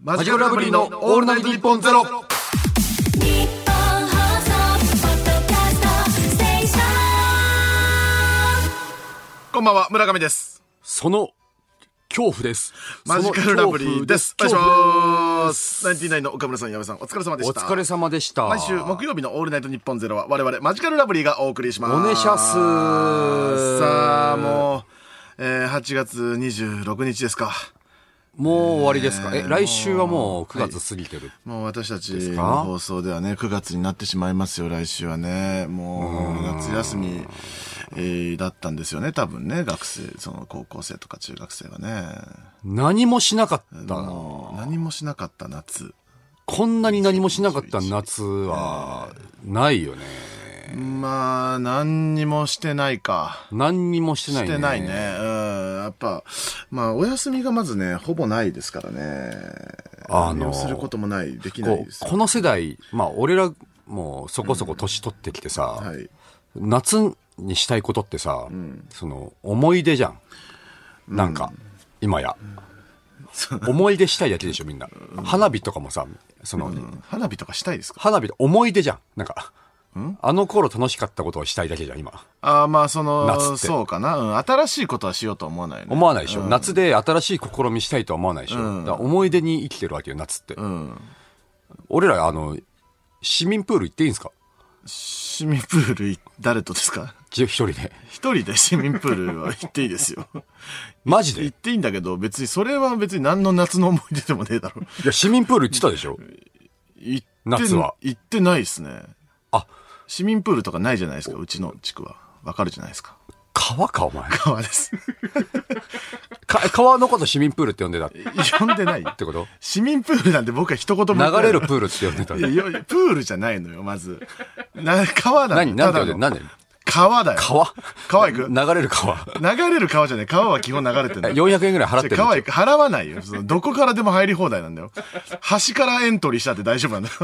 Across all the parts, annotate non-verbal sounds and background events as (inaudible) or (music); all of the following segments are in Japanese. マジカルラブリーのオールナイトニッポンゼロ日本放送ポッドキャストステーションこんばんは村上ですその恐怖です。マジカルラブリーですおその願恐いし怖ますナインティナインの岡村さん矢部さんお疲れ様でおした疲れ様でした。毎週木曜日のオールナイトニッポンゼロは我々マジカルラブリーがお送りしますおねしゃすさあもう、えー、8月26日ですかもう終わりですか。え、来週はもう9月過ぎてる。もう私たちすのか放送ではね、9月になってしまいますよ、来週はね。もう、夏休み、えーだったんですよね、多分ね、学生、その高校生とか中学生はね。何もしなかったな。もう何もしなかった夏。こんなに何もしなかった夏はないよね。まあ、何にもしてないか。何にもしてないしね。てないね。うん。やっぱ、まあ、お休みがまずね、ほぼないですからね。あの何をすることもない、できないこでうすよ。この世代、まあ俺らもうそこそこ年取ってきてさ、はい。夏にしたいことってさ、その思い出じゃん。なんか、今や。思い出したいだけでしょ、みんな。花火とかもさ、その、花火とかしたいですか花火って思い出じゃん。なんか、あの頃楽しかったことをしたいだけじゃん、今。ああ、まあ、そ夏っの、てそうかな。うん。新しいことはしようとは思わないよね。思わないでしょ。夏で新しい試みしたいとは思わないでしょ。うんだから思い出に生きてるわけよ、夏って。うん。俺ら、あの、市民プール行っていいんですか市民プールい、誰とですか (laughs) じ一人で。一人で市民プールは行っていいです (laughs) よ。マジでい行っていいんだけど、別に、それは別に何の夏の思い出でもねえだろ。や、市民プール行ってたでしょ。行って、夏は行ってないですね。あ、市民プールとかないじゃないですか、うちの地区は。わかるじゃないですか。川か、お前。川です。か川のこと市民プールって呼んでたっ呼んでないてこと市民プールなんて僕は一言も流言ってないれるプールって呼んでた。いやいやプールじゃないのよ、まず。な、川だ何、何て呼んでただるの何川だよ。川川行く流れる川。流れる川じゃない。川は基本流れてるえ400円ぐらい (laughs) 払ってるんだ川行く払わないよ。そのどこからでも入り放題なんだよ。端からエントリーしたって大丈夫なんだよ。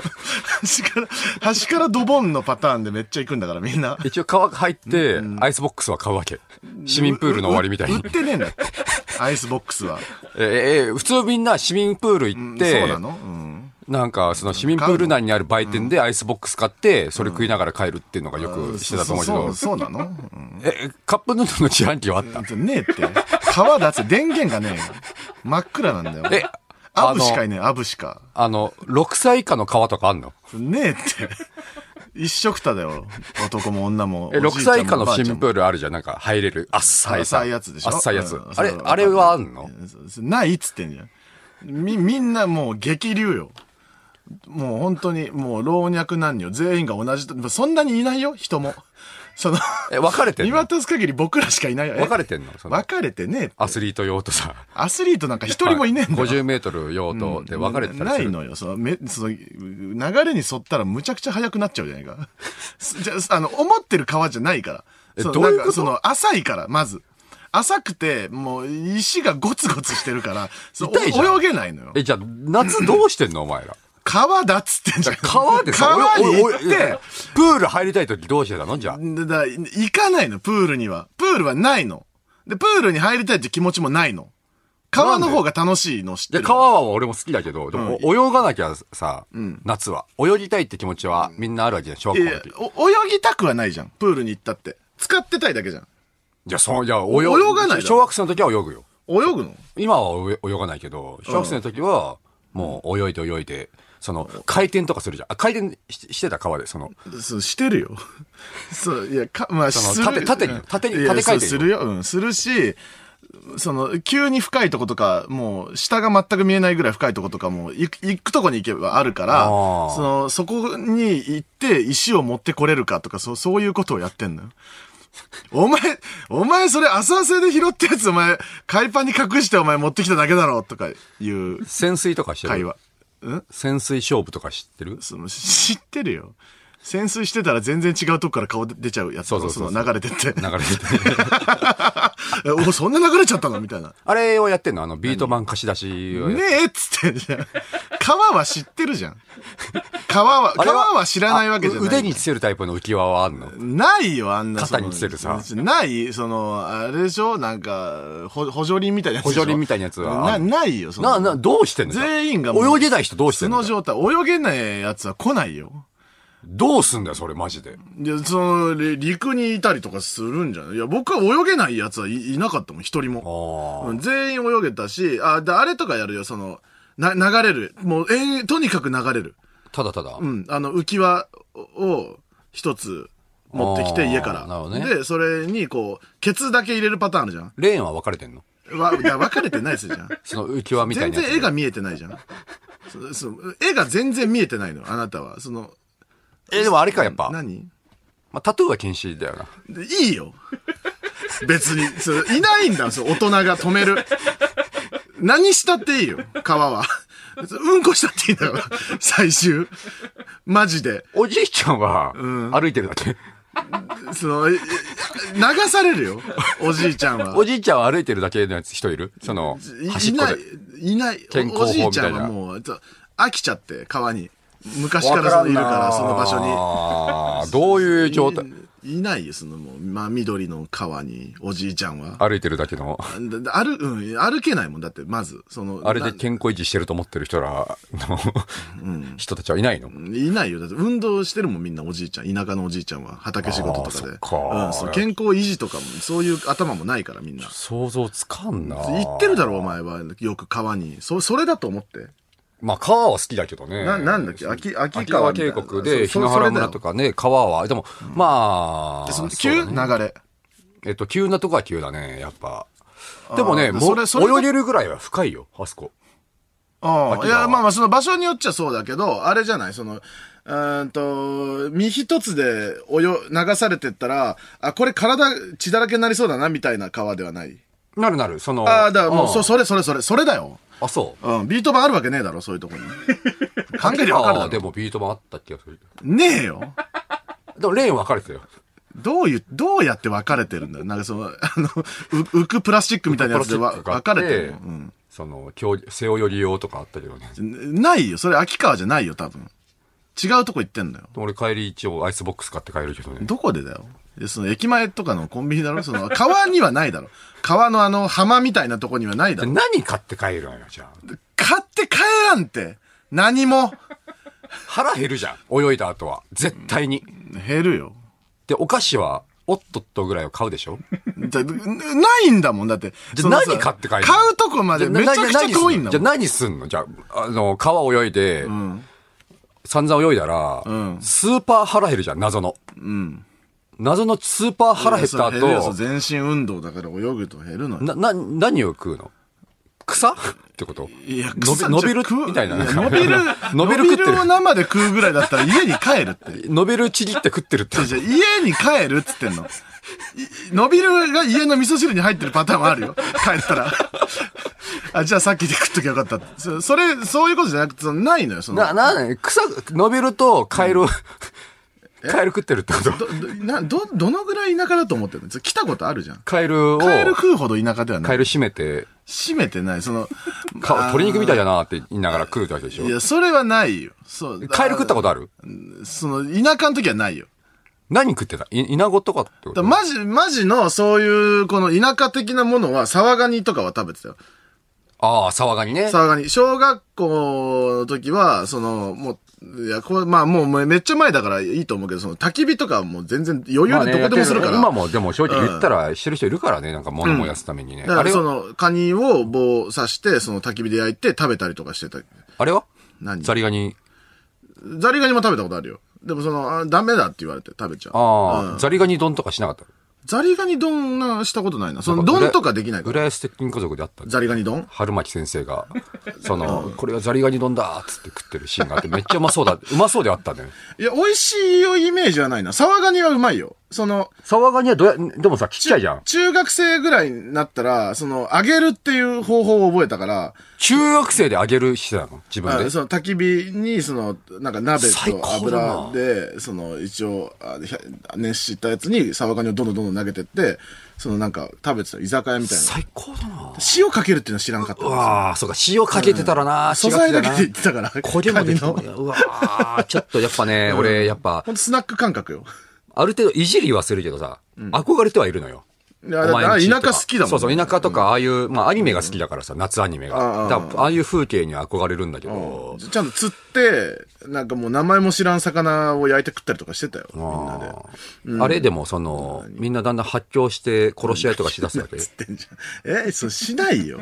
端から、端からドボンのパターンでめっちゃ行くんだからみんな。一応川入って、アイスボックスは買うわけ。市民プールの終わりみたい売っに。てねえんだって。アイスボックスは。えええ普通みんな市民プール行っそうて、なのうん。なんかその市民プール内にある売店でアイスボックス買って、それ食いながら帰るっていうのがよくしてたと思うけそどう、そうなのうん。え、カップヌードルの自販機はあったねえって。川だって電源がねえよ。真っ暗なんだよ。え、アあブしかのい、ねえ、アブしか。あの、6歳以下の川とかあんのねえって。一緒くただよ。男も女も。え、お6じいちゃん歳以も下おのばあちゃ市んも民プールあるじゃん、なんか入れる。あっさいさ。浅いやつでしょあっさいやうつん。あれそう、あれはあんのないっつってんじゃん。み、みんなもう激流よ。もう本当に、もう老若男女全員が同じと、そんなにいないよ、人も。 (laughs) その、え、分かれてん見の渡す限り僕らしかいないよ。え分かれてんのその分かれてねえってアスリート用とさ。アスリートなんか一人もいねえんだよ。 50メートル用とで分かれてたりなすいる。のよ。そのめその流れに沿ったらむちゃくちゃ速くなっちゃうじゃないか。 (laughs) すじゃあ、あの、思ってる川じゃないから。えそのどういなんうこかとその、浅いから、まず。浅くて、もう、石がゴツゴツしてるから、そう痛いじゃんお泳げないのよ。え、じゃあ、夏どうしてんのお前ら。川だっつってんじゃん。川でさ、川に行おっいおいおいて、プール入りたい時どうしてたのじゃあ。だから行かないの、プールには。プールはないの。で、プールに入りたいって気持ちもないの。川の方が楽しいの知っいてや、る。川は俺も好きだけど、でも、お泳がなきゃさ、夏は。泳ぎたいって気持ちはみんなあるわけじゃん、小学い校やの時。お泳ぎたくはないじゃん。プールに行ったって。使ってたいだけじゃん。じゃあ、そう、じゃあ、泳泳がないだろ小学生の時は泳ぐよ。泳ぐの今は泳泳がないけど、小学生の時は、もう泳いで泳いで、その、回転とかするじゃん。あ、回転ししてた川で、その、そう、してるよ。 (laughs) そう、いや、か、まあ、そのする縦縦に縦にいや縦回転よそうするよ。うん、するし、その、急に深いとことか、もう、下が全く見えないぐらい深いとことかも、行く、行くとこに行けばあるから、あーその、そこに行って、石を持ってこれるかとか、そう、そういうことをやってんのよ。お前、お前それ浅瀬で拾ったやつ、お前、海パンに隠してお前持ってきただけだろ、とかいう潜水とかして会る話。うん潜水勝負とか知って (laughs) るその知ってるよ。潜水してたら全然違うとこから顔出ちゃうやつそうそうそうそうの流れてって流。れてて。え (laughs) おそんな流れちゃったのみたいな。あれをやってんのあの、ビートマン貸し出しをやねえっつってんじゃん。川は知ってるじゃん。皮は、皮は知らないわけじゃない。あう腕につけるタイプの浮き輪はあんのないよ、あんな。肩そのにつけるさないその、あれでしょなんか、ほ補助輪みたいなやつでしょ。補助輪みたいなやつな、はないよ、そな、な、どうしてんの全員がもう泳げない人どうしてそんのの状態、泳げないやつは来ないよ。どうすんだよ、それマジで。いや、その、り陸にいたりとかするんじゃないいや、僕は泳げないやつはいいなかったもん、一人も。あうん全員泳げたし、あ、で、あれとかやるよ、その、な、流れる。もう、えとにかく流れる。あ。ただただ。うん、あの、浮き輪を一つ持ってきあて、ー家から。なるほどねで、それに、こう、ケツだけ入れるパターンあるじゃん。レーンは分かれてんのわ、いや分かれてないですじゃん。その浮き (laughs) 輪みたい全なやつ。然絵が見えてないじゃん。そそ絵が全然見えてないの、あなたは。その、え、でもあれか、やっぱ。ま何あ、タトゥーは禁止だよな。でいいよ。別に。それいないんだ、そう大人が止める。何したっていいよ、川は。うんこしたっていいんだから、最終。マジで。おじいちゃんは、歩いてるだけ。その、いい流されるよ、おじいちゃんは。おじいちゃんは歩いてるだけのやつ人いるその、い端いっこなでい。、いない。健康お法じいみちたゃいんなはもう、ちょ飽きちゃって、川に。昔からそのいるから、その場所所に。どういう状態に。いいないよ、そのもう、まあ、緑の川に、おじいちゃんは。歩いてるだけの。だだ歩、うん、歩けないもんだって、まず、その、あれなで健康維持してると思ってる人らの、人たちはいないのいないよ。だって運動してるもんみんなおじいちゃん。田舎のおじいちゃんは。畑仕事とかで。あーそっかうん、そう健康維持とかも、そういう頭もないからみんな。想像つかんな言ってるだろ、お前は。よく川に。そ、それだと思って。まあ川は好きだけどね。ななんだっけ秋秋秋川川みたい渓な谷そで、そ日野原それだ村よとかね、川は、でも、まあ、でそのそ急、うだね流れ。えっと、急なとこは急だね、やっぱ。でもね、あーもそれそれが泳げるぐらいは深いよ、あそこ。あ秋あ。川いや、まあまあ、その場所によっちゃそうだけど、あれじゃないその、うーんと、身一つで泳、流されてったら、あ、これ体血だらけになりそうだな、みたいな川ではない。なるなる、その。ああ、だからもう、そ、んそれそれそれ、それだよ。あ、そう。うん、ビート板あるわけねえだろ、そういうと (laughs) こに。関係でわかるあだーでろ。もビートもあった気がする。ねえよ。でもレーン分かれてたよ。どういう、どうやって分かれてるんだよ。なんかその、あの、う浮くプラスチックみたいなやつでわプ分ラスチッかクれがあってるの。うんその、競技背泳ぎ用とかあったけどね。ないよ。それ秋川じゃないよ、多分。違うとこ行ってんだよ。俺帰り一応アイスボックス買って帰るけどね。どこでだよ。でその駅前とかのコンビニだろその、川にはないだろ。川のあの浜みたいなとこにはないだろ。何買って帰るのよ、じゃあ。買って帰らんって。何も。腹減るじゃん、泳いだ後は。絶対に。減るよ。で、お菓子は、おっとっとぐらいを買うでしょだないんだもん。だって。じゃそあのさ何買って帰るの買うとこまでめちゃくちゃ遠いんだじゃもあん。何すんのじゃあ、あの、川泳いで、散々泳いだら、んスーパー腹減るじゃん、謎の。謎のスーパー腹減ったいやそれ減るよそ後う、全身運動だから泳ぐと減るのよ。な、な、何を食うの草ってこといや、伸び草伸びるじゃ食うみたいな。や伸びる (laughs) 伸びる食って伸るびを生で食うぐらいだったら家に帰る (laughs) って。ノベルちぎって食ってるって。じゃあ家に帰るっつってんの。い伸びるが家の味噌汁に入ってるパターンもあるよ。帰ったら。あ、じゃあさっきで食っときゃよかったってそ。それ、そういうことじゃなくて、そのないのよ、その。な、な、草、ノベルとカエル、 (laughs) カエル食ってるってことど、どなど、どのぐらい田舎だと思ってるの来たことあるじゃん。カエルを、帰る食うほど田舎ではなカエい。ル締めて、閉めてない、その。かあー鶏肉みたいだなって言いながら食うってわけでしょいや、それはないよ。そう。カエル食ったことあるその、田舎の時はないよ。何食ってたイイナゴとかってこだとマジ、マジの、そういう、この田舎的なものは、沢ガニとかは食べてたよ。ああ、サワガニね。沢ガニ。小学校の時は、その、もう、いや、これ、まあもうめめっちゃ前だからいいと思うけど、その焚き火とかはもう全然余まあ裕でねどこでもするから。今もでも正直言ったらしてる人いるからね、なんか物燃やすためにね。だかあられそはの、カニを棒を刺して、その焚き火で焼いて食べたりとかしてた。あれは何ザリガニ。ザリガニも食べたことあるよ。でもその、あダメだって言われて食べちゃう。あうあ、んザリガニ丼とかしなかった。ザリガニ丼な、したことないな。その、丼とかできないか浦ら。安鉄筋家族であった。ザリガニ丼春巻先 (laughs) 生が、その、これがザリガニ丼だーっつって食ってるシーンがあって、めっちゃうまそうだ。うまそうであったね。いや、美味しいよイメージはないな。沢ガニはうまいよ。その、沢ガニはどうや、でもさ、ちっちゃいじゃん。中学生ぐらいになったら、その、あげるっていう方法を覚えたから、中学生であげる人なの自分あで。その焚き火に、その、なんか鍋最と高だな油で、その、一応、あひゃ熱したやつにサワガニをどんどんどんどん投げてって、そのなんか食べてた居酒屋みたいな。最高だな。塩かけるっていうのは知らんかったんですうよわあ、そうか、塩かけてたらな、素違材ってだたけなで言ってたから。これもできカるニのうわあ、ちょっとやっぱね、俺、やっぱ、ほんとスナック感覚よ。ある程度いじりはするけどさ、憧れてはいるのよ。いや、だってあんちとか田舎好きだもんね。そうそう、田舎とか、ああいう、まあ、アニメが好きだからさ、夏アニメあが。あだからああいう風景には憧れるんだけど、ちゃんと釣って、なんかもう名前も知らん魚を焼いて食ったりとかしてたよ、みんなで。あれでも、その、みんなだんだん発狂して殺し合いとかしだ (laughs) すわけ。釣ってんじゃん。え、そうしないよ。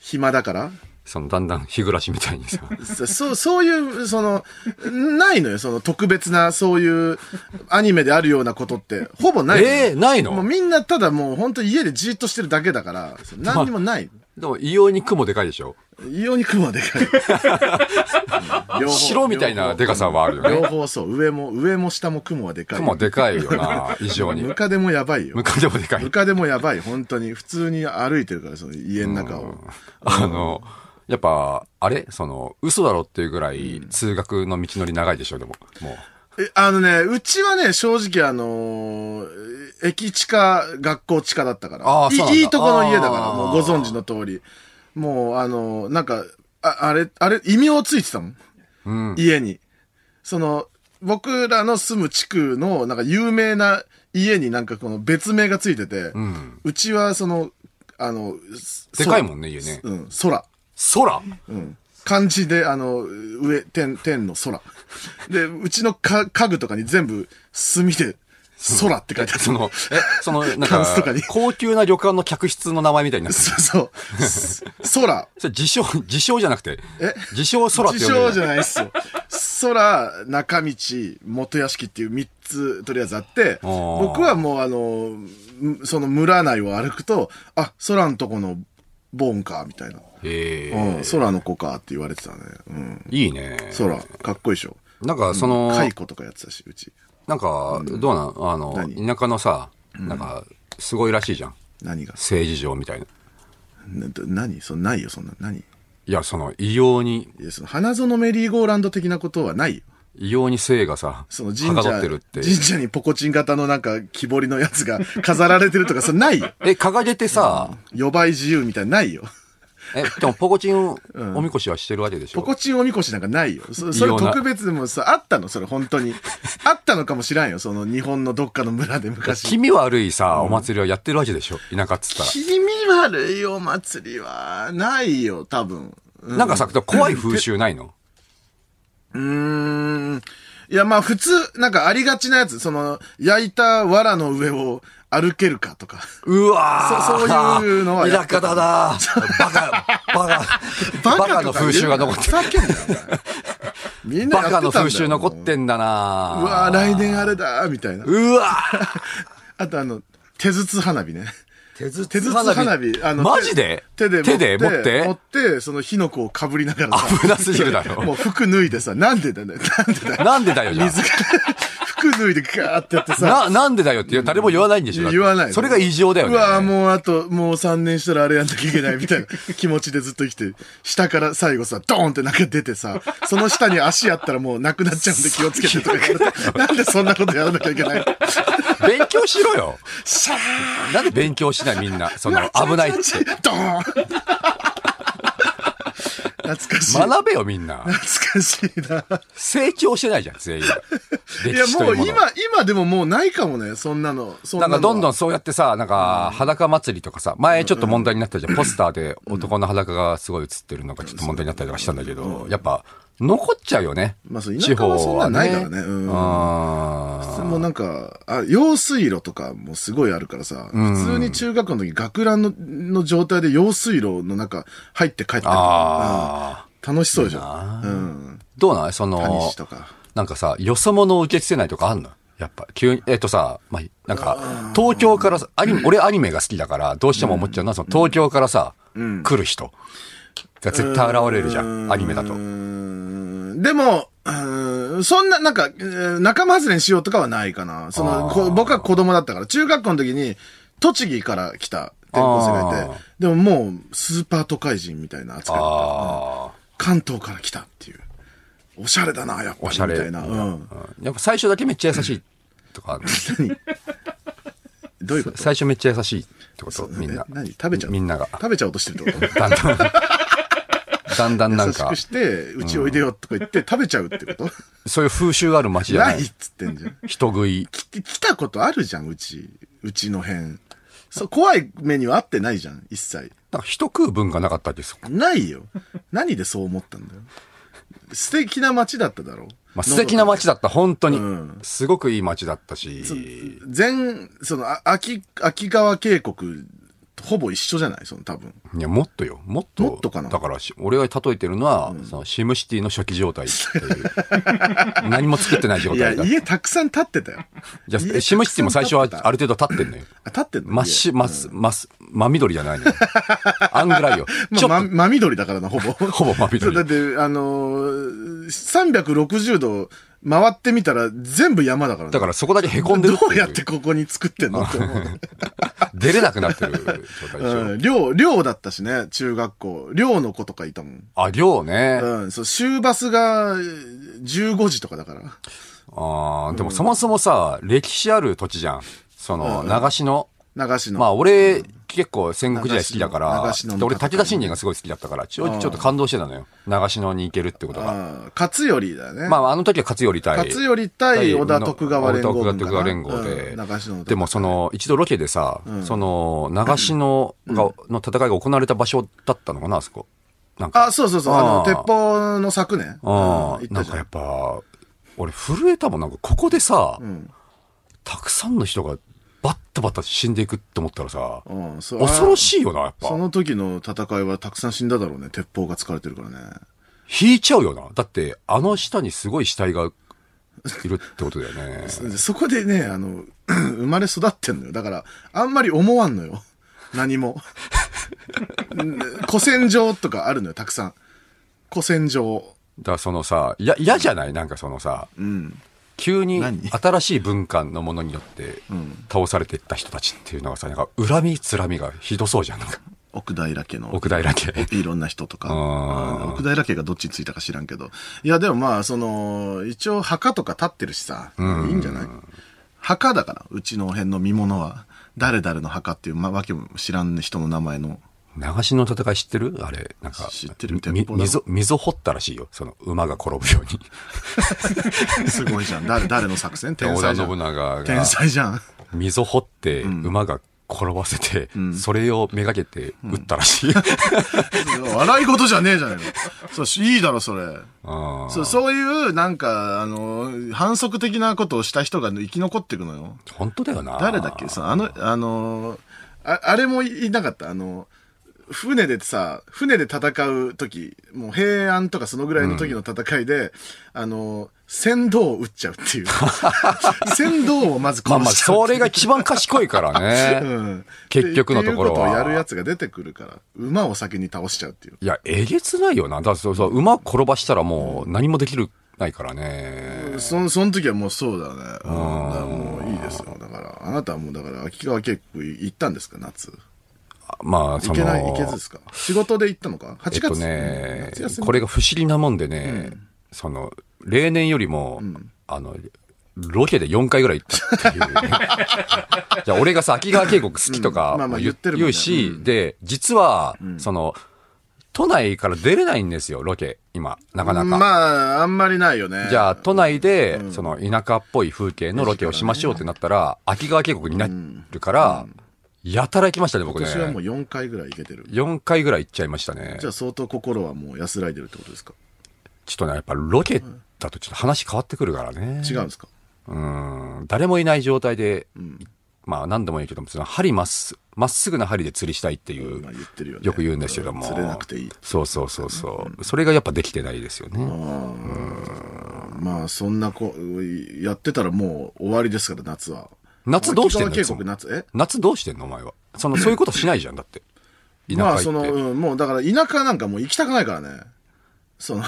暇だから。その、だんだん日暮らしみたいに (laughs) さ。そそう、そういう、その、ないのよ、その特別な、そういうアニメであるようなことって、ほぼない。えーないのもうみんなただもう本当家でじーっとしてるだけだから、そう何にもない。でも、異様に雲でかいでしょ異様に雲はでかい。うん両方白みたいなでかさはあるよ両ね。方そう、上も、上も下も雲はでかい。雲でかいよな、異常にム。カデもやばいよム。カデもでかいム。カデもやばい、本当に。普通に歩いてるから、その家の中を。あの、やっぱ、あれその、嘘だろっていうぐらい、通学の道のり長いでしょ、でも。もう。えあのね、うちはね、正直あのー駅地下、学校地下だったから。あーそうなんいだいいとこの家だかあら、ーもうご存知の通り。もう、あのーなんか、ああれ、あれ、異名ついてたもん。家に。その、僕らの住む地区の、なんか有名な家になんかこの別名がついてて、うちはその、あの、でかいもんね、家ね。うん、空。空漢字で、あの、上、天、天の空。で、うちのか家具とかに全部、墨で、空って書いてある。その、え、(laughs) その、なんタンかスとかに、高級な旅館の客室の名前みたいになってるそうそうす。空。それ自称、自称じゃなくて、自称空って自呼んで称るじじゃんゃないっすよ。空、中道、元屋敷っていう三つ、とりあえずあって、ー僕はもうあの、むその村内を歩くと、あ、空のとこの、ボーンか、みたいな。えうんえ、空の子かって言われてたね。うん。いいね。空、かっこいいでしょ。なんか、その、蚕とかやってたし、うち。なんか、どうなんあ何の、田舎のさ、なんか、すごいらしいじゃん。何が。政治上みたいな。など何そんないよそんな何いいや、その、異様に、やその花園メリーゴーランド的なことはないよ異様に性がさ、そのは神かど社ってるって。神社にポコチン型のなんか木彫りのやつが (laughs) 飾られてるとかそれないよえ、掲げてさ、 4倍自由みたいなのないよえ、でもポコチ (laughs) ン、おみこしはしてるわけでしょポコチンおみこしなんかないよそそれ異様な特別でもさあったのそれ本当にあったのかもしらんよその日本のどっかの村で気 (laughs) 昔味悪いさ、お祭りはやってるわけでしょ田舎っつったら。気味悪いお祭りはないよ多分うんなんかさ、怖い風習ないのうーん。いや、まあ普通、なんかありがちなやつ、その、焼いた藁の上を歩けるかとか。うわそそういうのはや田ってた舎だなバカ、バ (laughs) カ、 (laughs) バカの風習が残ってる。た。ふざけんなよお前みんなやバってたんだよカの風習残ってんだなうわ来年あれだみたいな。うわあとあの、手筒花火ね。手筒手筒花火。あのマジで手手で手で持っ持てって、その火の粉をかぶりながらさ危なすぎるだろもう服脱いでさ、なんでだよ。なんで (laughs) だよ。なんでだよ、じゃ水が服脱いでガーってやってさ。あ。な、なんでだよって誰も言わないんでしょだって言わないのそれが異常だよね。うわぁもうあと、もう3年したらあれやんなきゃいけないみたいな気持ちでずっと生きて、下から最後さ、ドーンってなんか出てさ、その下に足あったらもうなくなっちゃうんで気をつけてとか言われて、なんでそんなことやらなきゃいけないの勉強し (laughs) ろよ。シャーなんで勉強しないみんな。その、危ないって。ドーン懐かしい。学べよ、み (laughs) んな。懐かしいな。成長してないじゃん、全い員。(laughs) 歴や史ともいううも今の。、今でももうないかもね、そんなの。そんななんのはかどんどんそうやってさ、なんか裸祭りとかさ、前ちょっと問題になったじ (clears throat) ゃん、ポスターで男の裸がすごい映ってるのがちょっと問題になったりとかしたんだけど、やっぱ残っちゃうよね。まあそう田舎はそんなないからね地方うんはあーもうなんか、あ、用水路とかもすごいあるからさ、普通に中学校の時学ランのの状態で用水路の中入って帰ってるあ楽しそうじゃん。うん。ー。どうなんそ谷の市、とか。なんかさ、よそ者を受け付けないとかあんのやっぱ、急に、えっ、とさ、まあ、なんか、東京からさ、アニメ、俺アニメが好きだから、どうしても思っちゃうのは、その東京からさ、来る人が絶対現れるじゃん、アニメだとう。ーん。でも、うーんそんな、なんか、えー仲間外れにしようとかはないかな。その、あーこ僕は子供だったから、中学校の時に、栃木から来た転校生がいあてー、でももう、スーパー都会人みたいな扱いだったああ。関東から来たっていう。おしゃれだな、やっぱり。おしゃれ。みたいな。うん。うんやっぱ最初だけめっちゃ優しいとかある、どういうこと最初めっちゃ優しいってこと、みんな。え何食べちゃうみんなが。食べちゃおうとしてるってことだんだん、だんだん (laughs) なん優しかく、して、うちおいでよとか言って食べちゃうってことそういう風習がある街じゃなないいっ。つってんじゃん。人食い。き来たことあるじゃん、うち。うちの辺。そう、怖い目には合ってないじゃん、一切。なんか人食う文化なかったです。ないよ。何でそう思ったんだよ。素敵な街だっただろ。まあ、素敵な街だった、本当に。うんすごくいい街だったし。全、その、あ秋、秋川渓谷、ほぼ一緒じゃないその多分。いや、もっとよ。もっと。もっとかなだからし、俺が例えてるのは、そのシムシティの初期状態っ (laughs) ていう。何も作ってない状いや、態だ。家たくさん建ってたよ。じゃ家たくさあ、んシムシティも最初は建ってたある程度立ってんのよ。あ、立ってんの真っ白、真っ、真っ、真緑じゃない (laughs) のよ。あんぐらいよ。まちょあ、っとま、真緑だからな、ほぼ。ほ (laughs) ぼ真緑そうだって、あのー、360度回ってみたら全部山だからねだからそこだけ凹んでるどっうていうやってここに作ってんのって思う。出れなくなってる状態でしょ。うん、寮、寮だったしね、中学校。寮の子とかいたもん。あ、量ね。うん、そう、終バスがえー15時とかだから。あーでもそもそもさ、歴史ある土地じゃん。その、流しの。流しの。まあ俺、結構戦国時代好きだから、流しの流しので俺武田信玄がすごい好きだったから、ちょちょっと感動してたのよ。流しのに行けるってことが。あー勝頼だよね。まああの時は勝頼対。勝頼対織田徳川連合軍か織田な。徳川連合で。うん流しの。でも、その、一度ロケでさ、その、流しのが、の戦いが行われた場所だったのかな、あそこ。なんか。あ、そうそうそう、あの、あー鉄砲の柵ね。あうん行っあ、なたんじかゃやんっ。ぱ、俺震えたもん、なんかここでさ、んたくさんの人がバッタバッタ死んでいくって思ったらさ、うんそう恐ろしいよな、やっそぱ。の時の戦いはたくさん死んだだろうね。鉄砲が疲れてるからね。引いちゃうよな。だって、あの下にすごい死体がいるってことだよね。で (laughs) そこでね、あの、 (clears throat) 生まれ育ってんのよ。だから、あんまり思わんのよ。何も。うん古戦場とかあるのよ、たくさん。古戦場。だからそのさ、いや、嫌じゃないなんかそのさ、うん。急に何新しい文化のものによって倒されていった人たちっていうのがさ、なんか恨み、つらみがひどそうじゃん。なんか奥平家の。奥平家。いろんな人とか。あーうん奥平家がどっちについたか知らんけど。いや、でもまあ、その、一応墓とか立ってるしさ、いいんじゃない墓だから、うちの辺の見物は。誰々の墓っていう、まあ、わけも知らん人の名前の。長篠の戦い知ってるあれ、なんか。知ってるみ鉄砲だろ溝、溝掘ったらしいよ。その、馬が転ぶように。すごいじゃん。誰、誰の作戦 (laughs) 天織才田じゃん信。長が天、才じゃん。溝掘って、馬が転ばせて、それをめがけて撃ったらしい。 (laughs) 笑い事じゃねえじゃないの。そう、いいだろ、それ。あーそう、そういう、なんか、あの、反則的なことをした人が生き残っていくのよ。本当だよな。誰だっけそのあの、あのあ、あれもいなかったあの、船でさ、船で戦う時もう平安とかそのぐらいの時の戦いで、あの、船頭を撃っちゃうって (laughs) いう。船頭をまずまあ殺まあ、しちゃうそっていれう。が一番賢いからね。 (laughs) うん結局のところっていうことをは。やるやつが出てくるから、馬を先に倒しちゃうっていう。いや、えげつないよな。だからそうそう、馬転ばしたらもう何もできる、ないからね。そのその時はもうそうだね。うん、だからもういいですよ。だから、あなたはもうだから、秋川結構行ったんですか、夏。まあ、そ行の。けない、行けずですか。仕事で行ったのか ?8 え月。っとね夏休、みこれが不思議なもんでね、その、例年よりも、あの、ロケで4回ぐらい行ったっていう。 (laughs) じゃあ俺がさ、秋川渓谷好きとかうんまあまあ言ってるもんね言うし、で、実は、その、都内から出れないんですよ、ロケ、今、なかなか。まあ、あんまりないよね。じゃあ、都内で、その、田舎っぽい風景のロケをしましょうってなったら、秋川渓谷になるから、やたら行きましたね、僕ね。私はもう4回ぐらい行けてる。 4回ぐらい行っちゃいましたね。じゃあ、相当心はもう安らいでるってことですかちょっとね、やっぱロケだとちょっと話変わってくるからね。違うんですかうん。誰もいない状態で、まあ何度も言うけども、その針まっす、まっすぐな針で釣りしたいっていう、まあ言ってるよね。よく言うんですけども。釣れなくていい。そうそうそうそう。それがやっぱできてないですよね。まあ、そんなこ、やってたらもう終わりですから、夏は。夏どうしてんの秋川渓谷夏、え夏どうしてんのお前は。その、そういうことしないじゃん、だって。田舎行って。 (laughs) まあ、その、うん、もうだから田舎なんかもう行きたくないからね。その、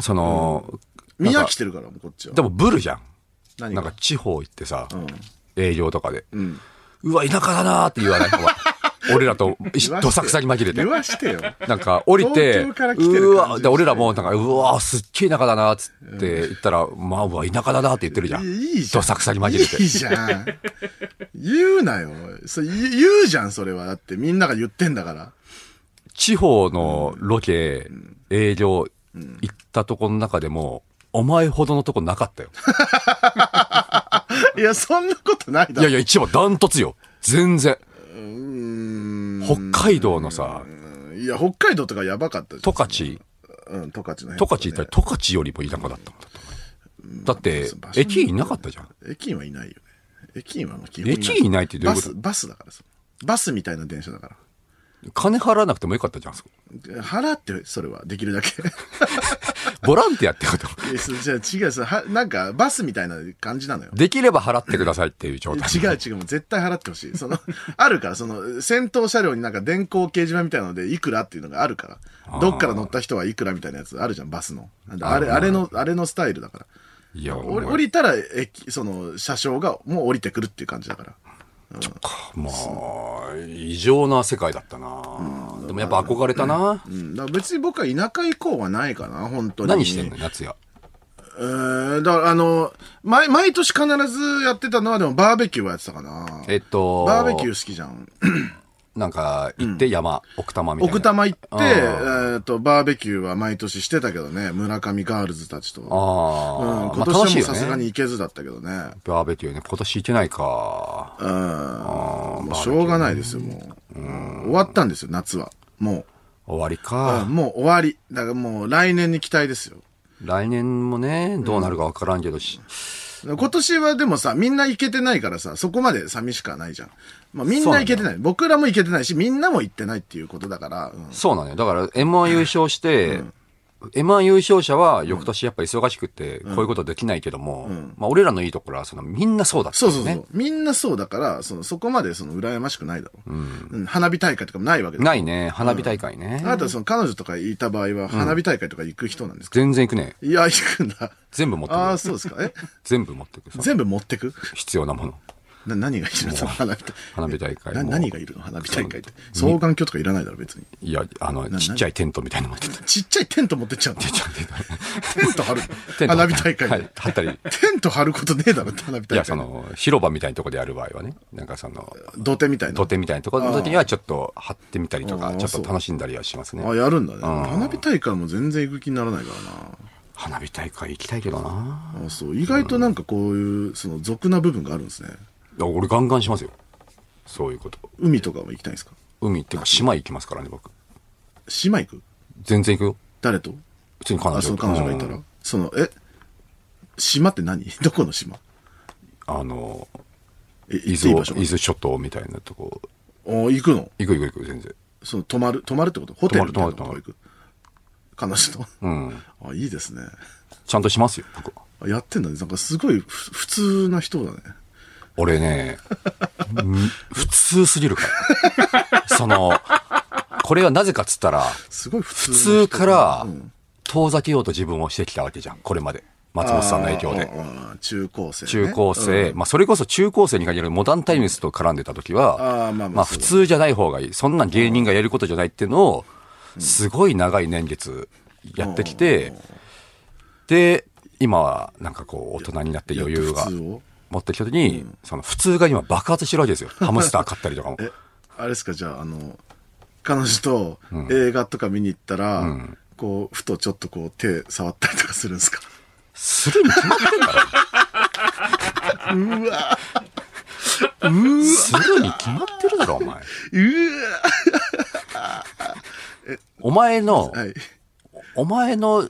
その、見飽きてるから、もうこっちは。でもブルじゃん。何ながんか地方行ってさ、営業とかで、うんわ、田舎だなーって言わない。(laughs) お前俺らと言わしてどさくさに紛れて言。わしてよ。なんか降りて、東京から来てる感じうわ、で俺らもなんか、うわ、すっげえ田舎だなーっつって言ったら、まあ、うわ、田舎だなーって言ってるじゃん。いいいいじゃんどさくさに紛れていい。じゃん。言うなよ。そ言う言うじゃん、それは。だってみんなが言ってんだから。地方のロケ、営業、行ったとこの中でも、お前ほどのとこなかったよ。いや、そんなことないだいやろ。いや、一番ダントツよ。全然。北海道のさ、いや、北海道とかやばかったじゃ十勝、ん。うん、十勝の辺十とかね勝行ったら十勝よりも田舎だったもんだってだって場、所に駅員いなかったじゃん。駅員はいないよね。駅員はもう基本いない駅員いないってどバういうこス、とバスだからそのバスみたいな電車だから。金払わなくてもよ (laughs) かったじゃん。そこ払って、それは、できるだ (laughs) け。ボランティアってこと。いやそじゃあ違う、そのはなんか、バスみたいな感じなのよ。できれば払ってくださいっていう状態。違う違う、もう絶対払ってほしい。その、 (laughs) あるから、その、先頭車両になんか電光掲示板みたいなので、いくらっていうのがあるから。どっから乗った人はいくらみたいなやつあるじゃん、バスの。あれ、あれの、あれのスタイルだから。いや、降俺り降りたら、駅、その、車掌がもう降りてくるっていう感じだから。まあ、異常な世界だったな。でもやっぱ憧れたなう。ん。だから別に僕は田舎以降はないかな、本当に。何してんの夏や。えー、だからあの、毎、毎年必ずやってたのは、でもバーベキューはやってたかな。えっと、バーベキュー好きじゃん。なんか行って山、奥多摩みたいな。奥多摩行って、えあーー、とバーベキューは毎年してたけどね村上ガールズたちと、うん、ああ、今年はまあ楽もしいうよさすがね。に行けずだったけどねバーベキューね、今年行けないか。うんもうしょうがないですよもう、うん終わったんですよ夏はも終わりう、か。もう終わりだからもう来年に期待ですよ来年もね、どうなるかわからんけどし。今年はでもさ、みんな行けてないからさ、そこまで寂しくはないじゃん。まあみんそうななん行だけよてない。僕らも行けてないし、みんなも行ってないっていうことだから、うんそうなのよ。だから、M1 優勝して、M1 優勝者は翌年やっぱ忙しくて、こういうことできないけども、まあ俺らのいいところは、そのみんなそうだったそようね。そうそう。みんなそうだから、そのそこまでその羨ましくないだろう。うん花火大会とかもないわけだないね、花火大会ねあ。なたその彼女とかいた場合は花火大会とか行く人なんですか、全然行くね。いや、行くんだ。全部持ってああ、く。そうですか。え全部持ってく。その全部持ってく必要なもの。な何がいるの花火大花火大会なも何がいるの花火大会って。双眼鏡とかいらないだろ、別に。いや、あの、ちっちゃいテントみたいなの持ってた。ちっちゃいテント持ってっちゃう (laughs) のテント張るテンのト (laughs) 花火大会はいで。貼ったり。テント張ることねえだろって花火い大や、そ会で。の、広場みたいなところでやる場合はね、なんかその、土手みたいな土。手みたいなところの時にはちょっと張ってみたりとあか、ーちょっと楽しんだりはしますねあ、。やるんだね。花火大会も全然行く気にならないから花火大会行きたいけどなな。あそう。意外となんかこういう、その俗な部分があるんですね。いや俺ガンガンしますよ。そういうこと。海とかも行きたいんですか海っていうか島行きますからね、僕。島行く全然行くよ。誰と普通に彼あ、女その彼女がいたうらん。その、え、島って何 (laughs) どこの島あの、え、伊行っていい豆場を、伊所豆諸島みたいなとこ、お行くの行く行く行く、全然。その、泊まる、泊まるってことホテルみたいなと泊こま行るく彼女と。 (laughs) うん。あ、いいですね。ちゃんとしますよ、僕は。あやってんだね。なんかすごいふ普通な人だね。俺ね、 (laughs) ん普通すぎるから。その、これはなぜかっつったら、すごい普通普な人通から遠ざけようと自分をしてきたわけじゃん、これまで。松本さんの影響で。あー。うん中高生、ね。中高うん。生、まあそれこそ中高生に限るモダンタイムスと絡んでた時は、あーまあまあまあそう普だ通じゃない方がいい。そんなん芸人がやることじゃないっていうのを、すごい長い年月やってきて、で、今はなんかこう大人になって余裕やっがと普通を持ってきた時に、その普通が今爆発してるわけですよ。ハムスター買ったりとかも。え、あれですか、じゃあ、あの、彼女と映画とか見に行ったら、こう、ふとちょっとこう手触ったりとかするんですかする (laughs) に決まってんだろ。うわ。するに決まってるだろ、お前。お前の、はい。お前の、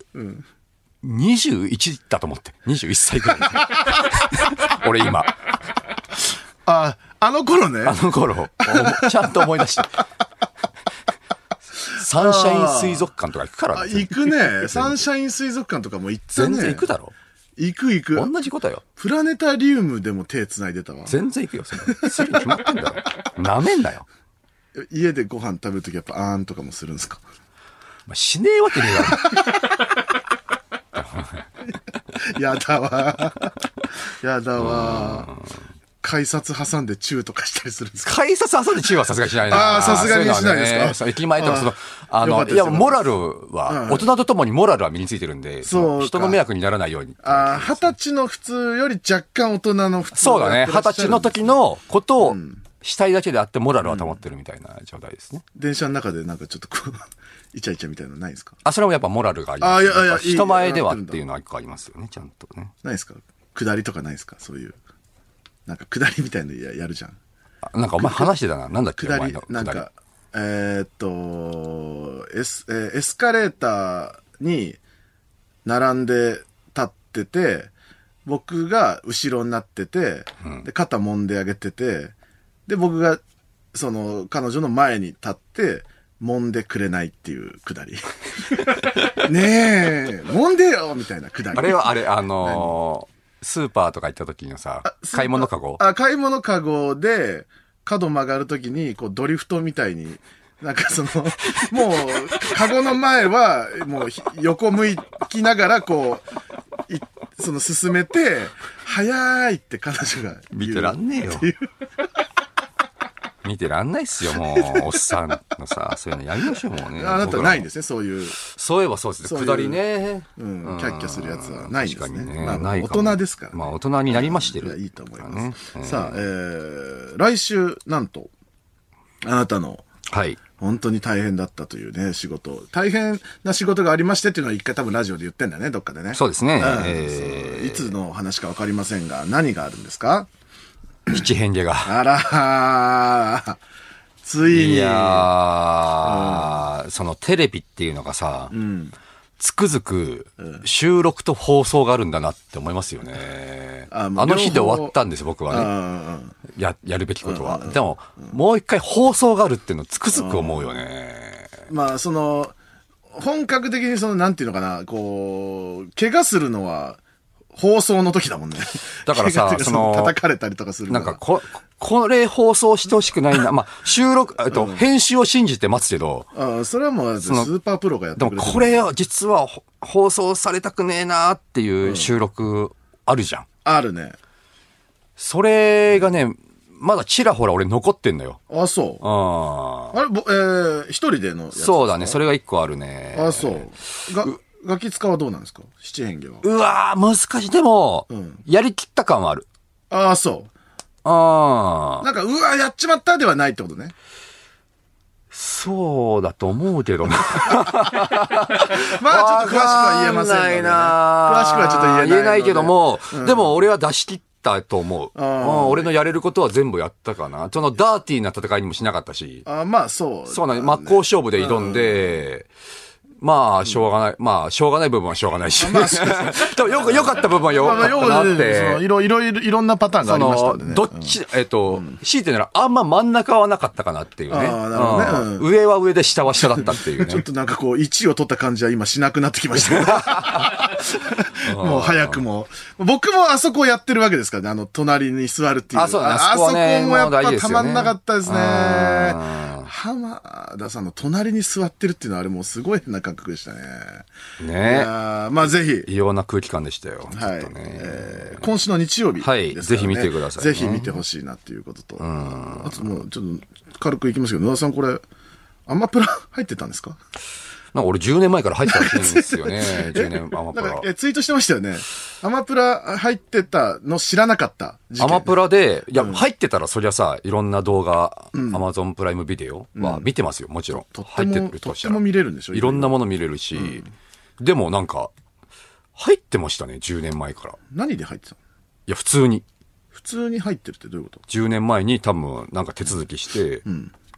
21だと思って。21歳ぐらい。 (laughs) 俺今、あ、 (laughs) あの頃ね。あの頃、おちゃんと思い出して。 (laughs) サンシャイン水族館とか行くからあね。行く (laughs) ね。サンシャイン水族館とかも行ったね。全然行くだろ。行く行く。同じことよ。プラネタリウムでも手繋いでたわ。全然行くよ、それ。するに決まってんだろ。舐めんなよ。家でご飯食べるときやっぱあーんとかもするんですかまあ、しねえわけねえだろ。 (laughs) やだわ。やだわ。改札挟んでチューとかしたりするんですか改札朝で中はさすがにしないあな。ーさすがにしないですかそううのはねそう駅前とかその、あーあよかったの、でいすや、よモラルは、大人とともにモラルは身についてるんで、そうかその人の迷惑にならないように。ああ、二十歳の普通より若干大人の普通そうだね。や二ってら十っしゃる歳の時のことをしたいだけであって、モラルは保ってるみたいな状態ですね。電車の中でなんかちょっとこう、 (laughs) イチャイチャみたいなのないですかあ、それもやっぱモラルがありまあす、いやいやっぱいい人前ではっていうのは一個ありますよね、ちゃんとね。ないですか下りとかないですかそういう。なんか下りみたいのややるじゃん。あなんかお前話してたな。なんだっけ、お下前りの、なん下りか、えーっと、エス、えーエスカレーターに並んで立ってて、僕が後ろになってて、で、肩揉んであげてて、で、僕が、その、彼女の前に立って、揉んでくれないっていうく (laughs) だり。ねえ、揉んでよみたいなくだり。あれはあれ、あのースーパーとか行った時のさ、買い物かごあ、買い物かごで、角曲がるときに、こう、ドリフトみたいに、なんかその、 (laughs) もう、かごの前は、もうひ、横向きながら、こう、いその、進めて、早いって彼女が言う。見てらんねえよ。見てらんないっすよ、もう。おっさんのさ、そういうのやりましょう、もうね。。あなたないんですすね、そういう、そういえばそうですそうね。いう下りね。うん、キャッキャするやつはないんです確かね。にね。まあない大かも人ですからね、まあ大人になりましていやる。いいと思います。ねさあ、えー、来週、なんと、あなたの、はい。本当に大変だったというね、仕事。大変な仕事がありましてっていうのは一回多分ラジオで言ってんだよね、どっかでね。そうですんねえーそういつのお話かわかりませんが、何があるんですか七変化が。あらー、ついに。いやー、そのテレビっていうのがさ、つくづく収録と放送があるんだなって思いますよね。ああもうの日で両方終わったんです、僕はね。うんや、やるべきことは。でも、もう一回放送があるっていうのつくづく思うよね。まあ、その、本格的にその、なんていうのかな、こう、怪我するのは、放送の時だもんね。だからさ怪我っていうその叩かれたりとかするのなはんか、こ、これ放送してほしくないな。まあ、収録、えっと、編集を信じて待つけど、うん、それはもう、スのーパープロがやってでくれもてるこれは実はほ放送されたくねえなっていう収録あるじゃん。あるね。それがね、まだちらほら俺残ってんのよ。あ、そう。ああれ、ぼえー、一人でのやつあ。そうだね。それが一個あるね。あ、そう。が、ガキ使はどうなんですか七変化は。うわー難しい。でも、んやりきった感はある。ああ、そう。ああ。なんか、うわ、やっちまったではないってことね。そうだと思うけ (laughs) どね。まあ、ちょっと詳しくは言えませんので、ね。わかんないな詳しくはちょっと言えないので。言えないけども、でも俺は出し切ったと思う。ううんん俺のやれることは全部やったかな。そのダーティーな戦いにもしなかったし。あ。まあ、そう。そうなん真っ向勝負で挑んで、まあ、しょうがない。まあ、しょうがない部分はしょうがないし。 (laughs) でも、よく、良かった部分は良まあかまっあ、たな要っはそのてい。ろいろいろいろんなパターンがあそりましたんのでね。、どっち、えっと、強いて言うなら、あんま真ん中はなかったかなっていうね。あーなるほどねうん上は上で下は下だったっていうちょっね。となんかこう、1位を取った感じは今しなくなってきま (laughs) したね。もう早くも。僕もあそこやってるわけですからね、あの、隣に座るっていう。あそうだねああそこはねあそこもやっもう大事ぱですたよねまんなかったですね。あ浜田さんの隣に座ってるっていうのはあれもうすごい変な感覚でしたね。いねやーまあぜひ。異様な空気感でしたよ。はちいょっとね。えー今週の日曜日ですからね、はいぜひ見てくださいねぜひ見てほしいなっていうことと。あともうちょっと軽くいきますけど、野田さんこれ、アマプラ入ってたんですかなんか俺10年前から入ってたんです (laughs) よね。10年アマプなんラか。えツイートしてましたよね。アマプラ入ってたの知らなかった事ア件。マプラで、いや、入ってたらそりゃさ、いろんな動画、アマゾンプライムビデオは見てますよ、もちろん。とって入っても、るととっしてたも。ら見れるんでしょいろんな。なもの見れるし、でもなんか、入ってましたね、10年前から。い何で入ってたのや、普通に。普通に入ってるってどういうこと10年前に多分、なんか手続きして、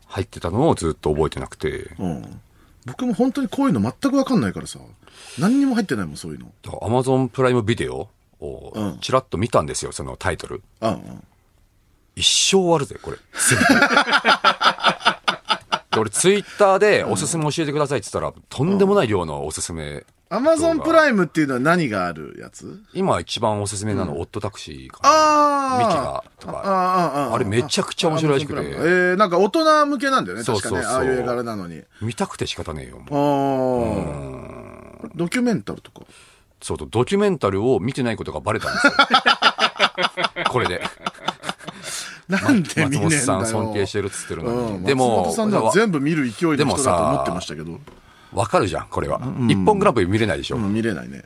入ってたのをずっと覚えてなくて。うん。僕も本当にこういうの全くわかんないからさ。何にも入ってないもん、そういうの。アマゾンプライムビデオうんを、ちらっと見たんですよ、そのタイトル。うんうん。一生終わるぜ、これ。で俺、ツイッターでおすすめ教えてくださいって言ったら、とんでもない量のおすすめ。アマゾンプライイムっていうのは何があるやつ今一番おすすめなの、オットタクシーかな。あミあキが、とあか。ああああれめちゃくちゃ面白いらしく Amazon てプライムえー、なんか大人向けなんだよね、そう確そかうそうね。ああいう絵柄なのに。見たくて仕方ねえよ、もあうあ。ドキュメンタルとか。そうとドキュメンタルを見てないことがバレた (laughs) んですよこれでなんで松見ねえん本だよさん尊敬してるっつってるのに、うん、で松も本さんでは全部見る勢いでのも人だとさ思ってましたけど、わかるじゃんこれは、一本グラブ見れないでしょ、うん、見れないね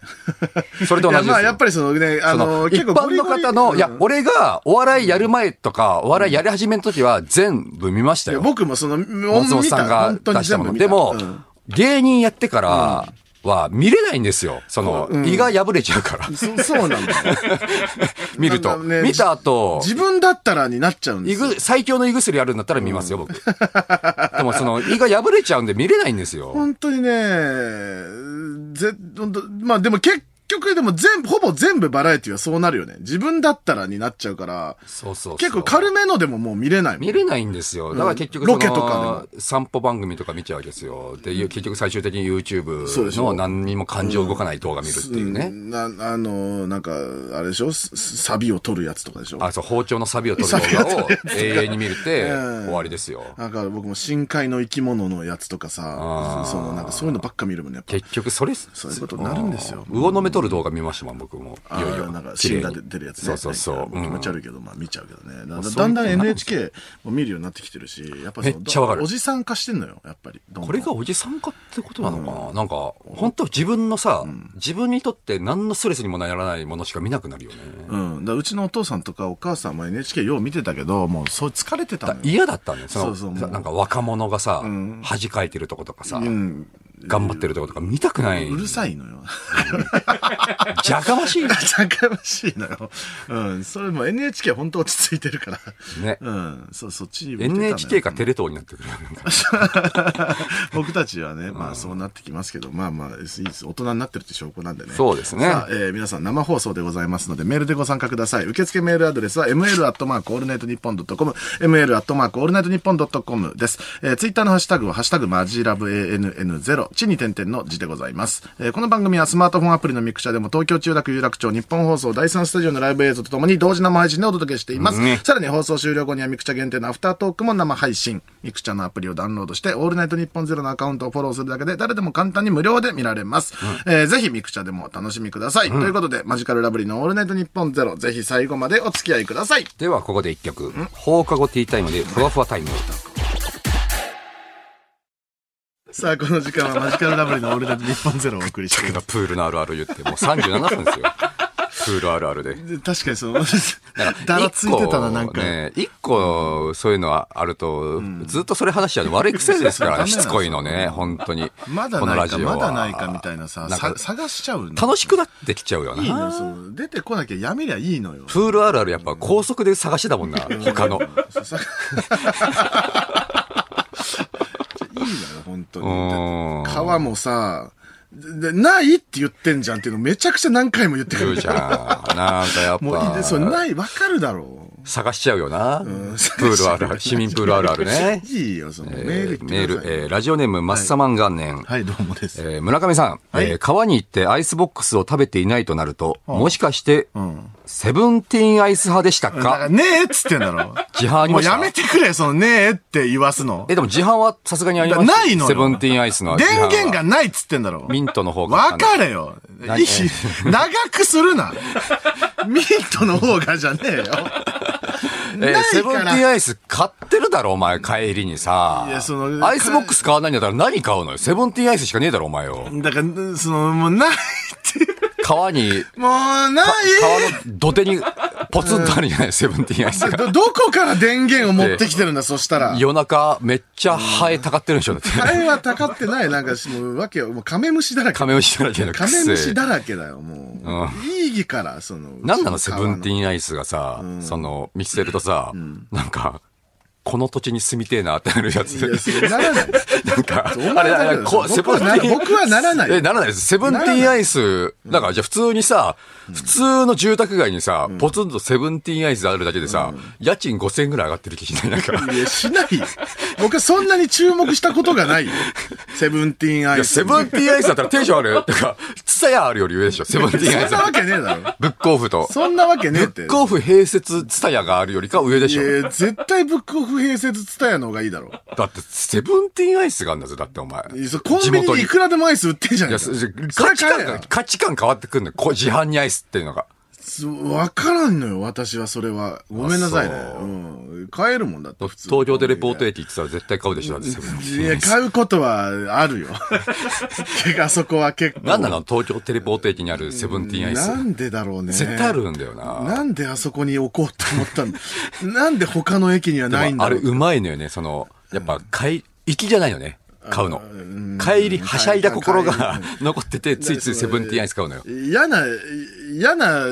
それとい同やじですよまあやっぱりそのねあそのの一結構ゴ般リのゴリ方の、いやうん、俺がお笑いやる前とか、お笑いやり始めの時は全部見ましたいやよ。僕もその松本さん本当がに出した全も部の。見でも、うん芸人やってからは見れないんですよ。その、胃が破れちゃうから、そそうなん (laughs) だよ見るなと。んかね見た後、自分だったらになっちゃうんで胃すよぐ最強の胃薬あるんだったら見ますよ、僕。でもその、胃が破れちゃうんで見れないんですよ。本当にねぜ本当まあでも結局でも全部ほぼ全部バラエティはそうなるよね自分だったらになっちゃうからそうそうそう結構軽めのでももう見れないもん見れないんですよ。だから結局その、ロケとか散歩番組とか見ちゃうわけですよ。で、結局最終的にそうで YouTube しょの何にも感情動かない動画見るっていうね。な、あの、なんか、あれでしょすサビを取るやつとかでしょあ、そう、包丁のサビを取る動画を永遠に見るって終わりですよ。なんか僕も深海の生き物のやつとかさあ、ーそのなんかそういうのばっか見るもんね、やっぱ。結局それ、そういうことになるんですよ。魚の目取る動画見ましたもん、僕も。いよいあよーなんか。綺麗芯にが出るやつね。そうそうそう。なんか気持ちうん悪いけど、まあ見ちゃうけどね。だんだんそうだいうだんんことになるんです NHK も見るようになってきてるし、やっぱそめのっちゃわかるおじさん化してんのよ、やっぱり。どんどんこれがおじさんかってことなのかな、なんか、本当自分のさ、自分にとって何のストレスにもならないものしか見なくなるよね。うん。だからうちのお父さんとかお母さんも NHK よう見てたけど、もうそう疲れてただのよ。嫌だったんだよ。そのそうそうもうなんか若者がさ、ん恥かいてるとことかさ、うん。頑張ってるとことか見たくない。うるさいのよ。じゃかましい。やかましいのよ。うん。それも NHK 本当落ち着いてるから。ね。 (laughs) うん。そう、そっちに向いてたのよ NHK かテレ東になってくるよ。なんか (laughs) 僕たちはね、まあそうなってきますけど、まあまあ、いいです。大人になってるって証拠なんでね。そうですねさあ、えー皆さん生放送でございますので、メールでご参加ください。受付メールアドレスは、m l アットマークオールナイトニッポンドットコム、m l アットマークオールナイトニッポンドットコムです。えー、ツイッターのハッシュタグは、ハッシュタグマジラブ ANN0、地に点々の字でございます。えーこの番組はスマートフォンアプリのミクシャでも、東京中楽有楽町日本放送第3スタジオのライブ映像とともに同時生配信でお届けしています。ねさらに放送終了後にはミクチャ限定のアフタートークも生配信。ミクチャのアプリをダウンロードして、オールナイトニッポンゼロのアカウントをフォローするだけで誰でも簡単に無料で見られます。えーぜひミクチャでもお楽しみください。ということで、マジカルラブリーのオールナイトニッポンゼロ、ぜひ最後までお付き合いください。では、ここで一曲。放課後ティータイムで、ふわふわタイム。 (laughs) さあ、この時間はマジカルラブリーのオールナイトニッポンゼロをお送りしています。プールのあるある言って、もう37 (laughs) 分ですよ。プールあるあるで。で確かにその、だらついてたな、なんか。一個ね、一個、そういうのはあると、ずっとそれ話しちゃうの悪い癖ですから (laughs) ね、そうしそうつこいのね、本当に。まだこのなラいジか、オはまだないかみたいなさ、んかさ探しちゃうの。楽しくなってきちゃうよいいのな。よその出てこなきゃやめりゃいいのよ。プールあるあるやっぱ高速で探してたもんな、他 (laughs) の。そうさいいのよ、本当に。うん川もさ、でないって言ってんじゃんっていうのめちゃくちゃ何回も言ってく言るうじゃん。なんかやっもういいでぱ、すよ、ない、わかるだろう。探しちゃうよな。プうん。ールあるある、市民プールあるあるねいいよ、そのメえールー来てくださいメール、えーラジオネーム、マッサマン元年。はい、どうもです。えー村上さん、はいえー川に行ってアイスボックスを食べていないとなると、もしかして、セブンティーンアイス派でしただからかねえっつってんだろ。自販ありもまうしたやめてくれ、そのねえって言わすのえ、。でも自販はさすがにありますよないのよセブンティーンアイスの自販電は源がないっつってんだろ。ミントの方が。わかれよ。ないいい長くするな。 (laughs) ミントの方がじゃね (laughs) えよ。えーないセブかンティら。ーンアイス買ってるだろ、お前、帰りにさ。いやそのアイスボックス買わないんだったら何買うのよ。セブンティーンアイスしかねえだろ、お前よ。だから、その、もうないっていう。川に、もうない川の土手にポツンとあるじゃない、セブンティーンアイス (laughs) が。ど、どこから電源を持ってきてるん (laughs) だ、そしたら。夜中、めっちゃハエたかってるんでし (laughs) ょ、だって。あれはたかってない、なんかし、もう、わけよ。もうカメムシだらけカ。メムシだらけのくカせえメムシだらけだよ、もう。いいから、その。なんなのセブンティン。ーンアイスがさ、その、見せるとさ、なんか、この土地に住みてえなってなるやつ。いや、そうならない。なんか、お前あれ、だあけれ、どこうセ僕ブンはテなィーン。僕はならないえ、ならないです。セブンティーンアイス、だからじゃあ普通にさ、普通の住宅街にさ、ポツンとセブンティーンアイスあるだけでさ、家賃5000円ぐらい上がってる気しないなんか。いや、しないよ。僕はそんなに注目したことが (laughs) ないよ。セブンティーンアいイやス。セブンティーンアイスだったらテンションあ (laughs) るよ。てか、ツタヤあるより上でしょ、セブンティーンアイそんスな。わけねえだろ。ブックオフと。そんなわけねえって。ブックオフ併設ツタヤがあるよりか上でいしょや。いや絶対ブックオフ府併設ツタヤの方がいいだろ。だって、セブンティーンアイスがあるんだぜ、だってお前。そコンビニにいくらでもアイス売ってんじゃいねや、えかそそそ価れ値買え観やが、価値観変わってくんのよ。こう自販にアイスっていうのが。そうわからんのよ、私はそれは。ごめんなさいね。あそううん。買えるもんだって、普通。東京でレポート駅行ってたら絶対買うでしょ、だってセブンティーンいや、買うことはあるよ。 (laughs) 結構あそこは結構。なんなの東京テレポート駅にあるセブンティーンアイスな。んでだろうね。絶対あるんだよな。なんであそこに置こうと思ったの (laughs) なんで他の駅にはないでんもだあろれう。うまいのよね、その、やっぱ、買い、行きじゃないよね、買うの。帰り、はしゃいだ心が残ってて、ついついセブンティーンアイス買うのよ。嫌な、嫌な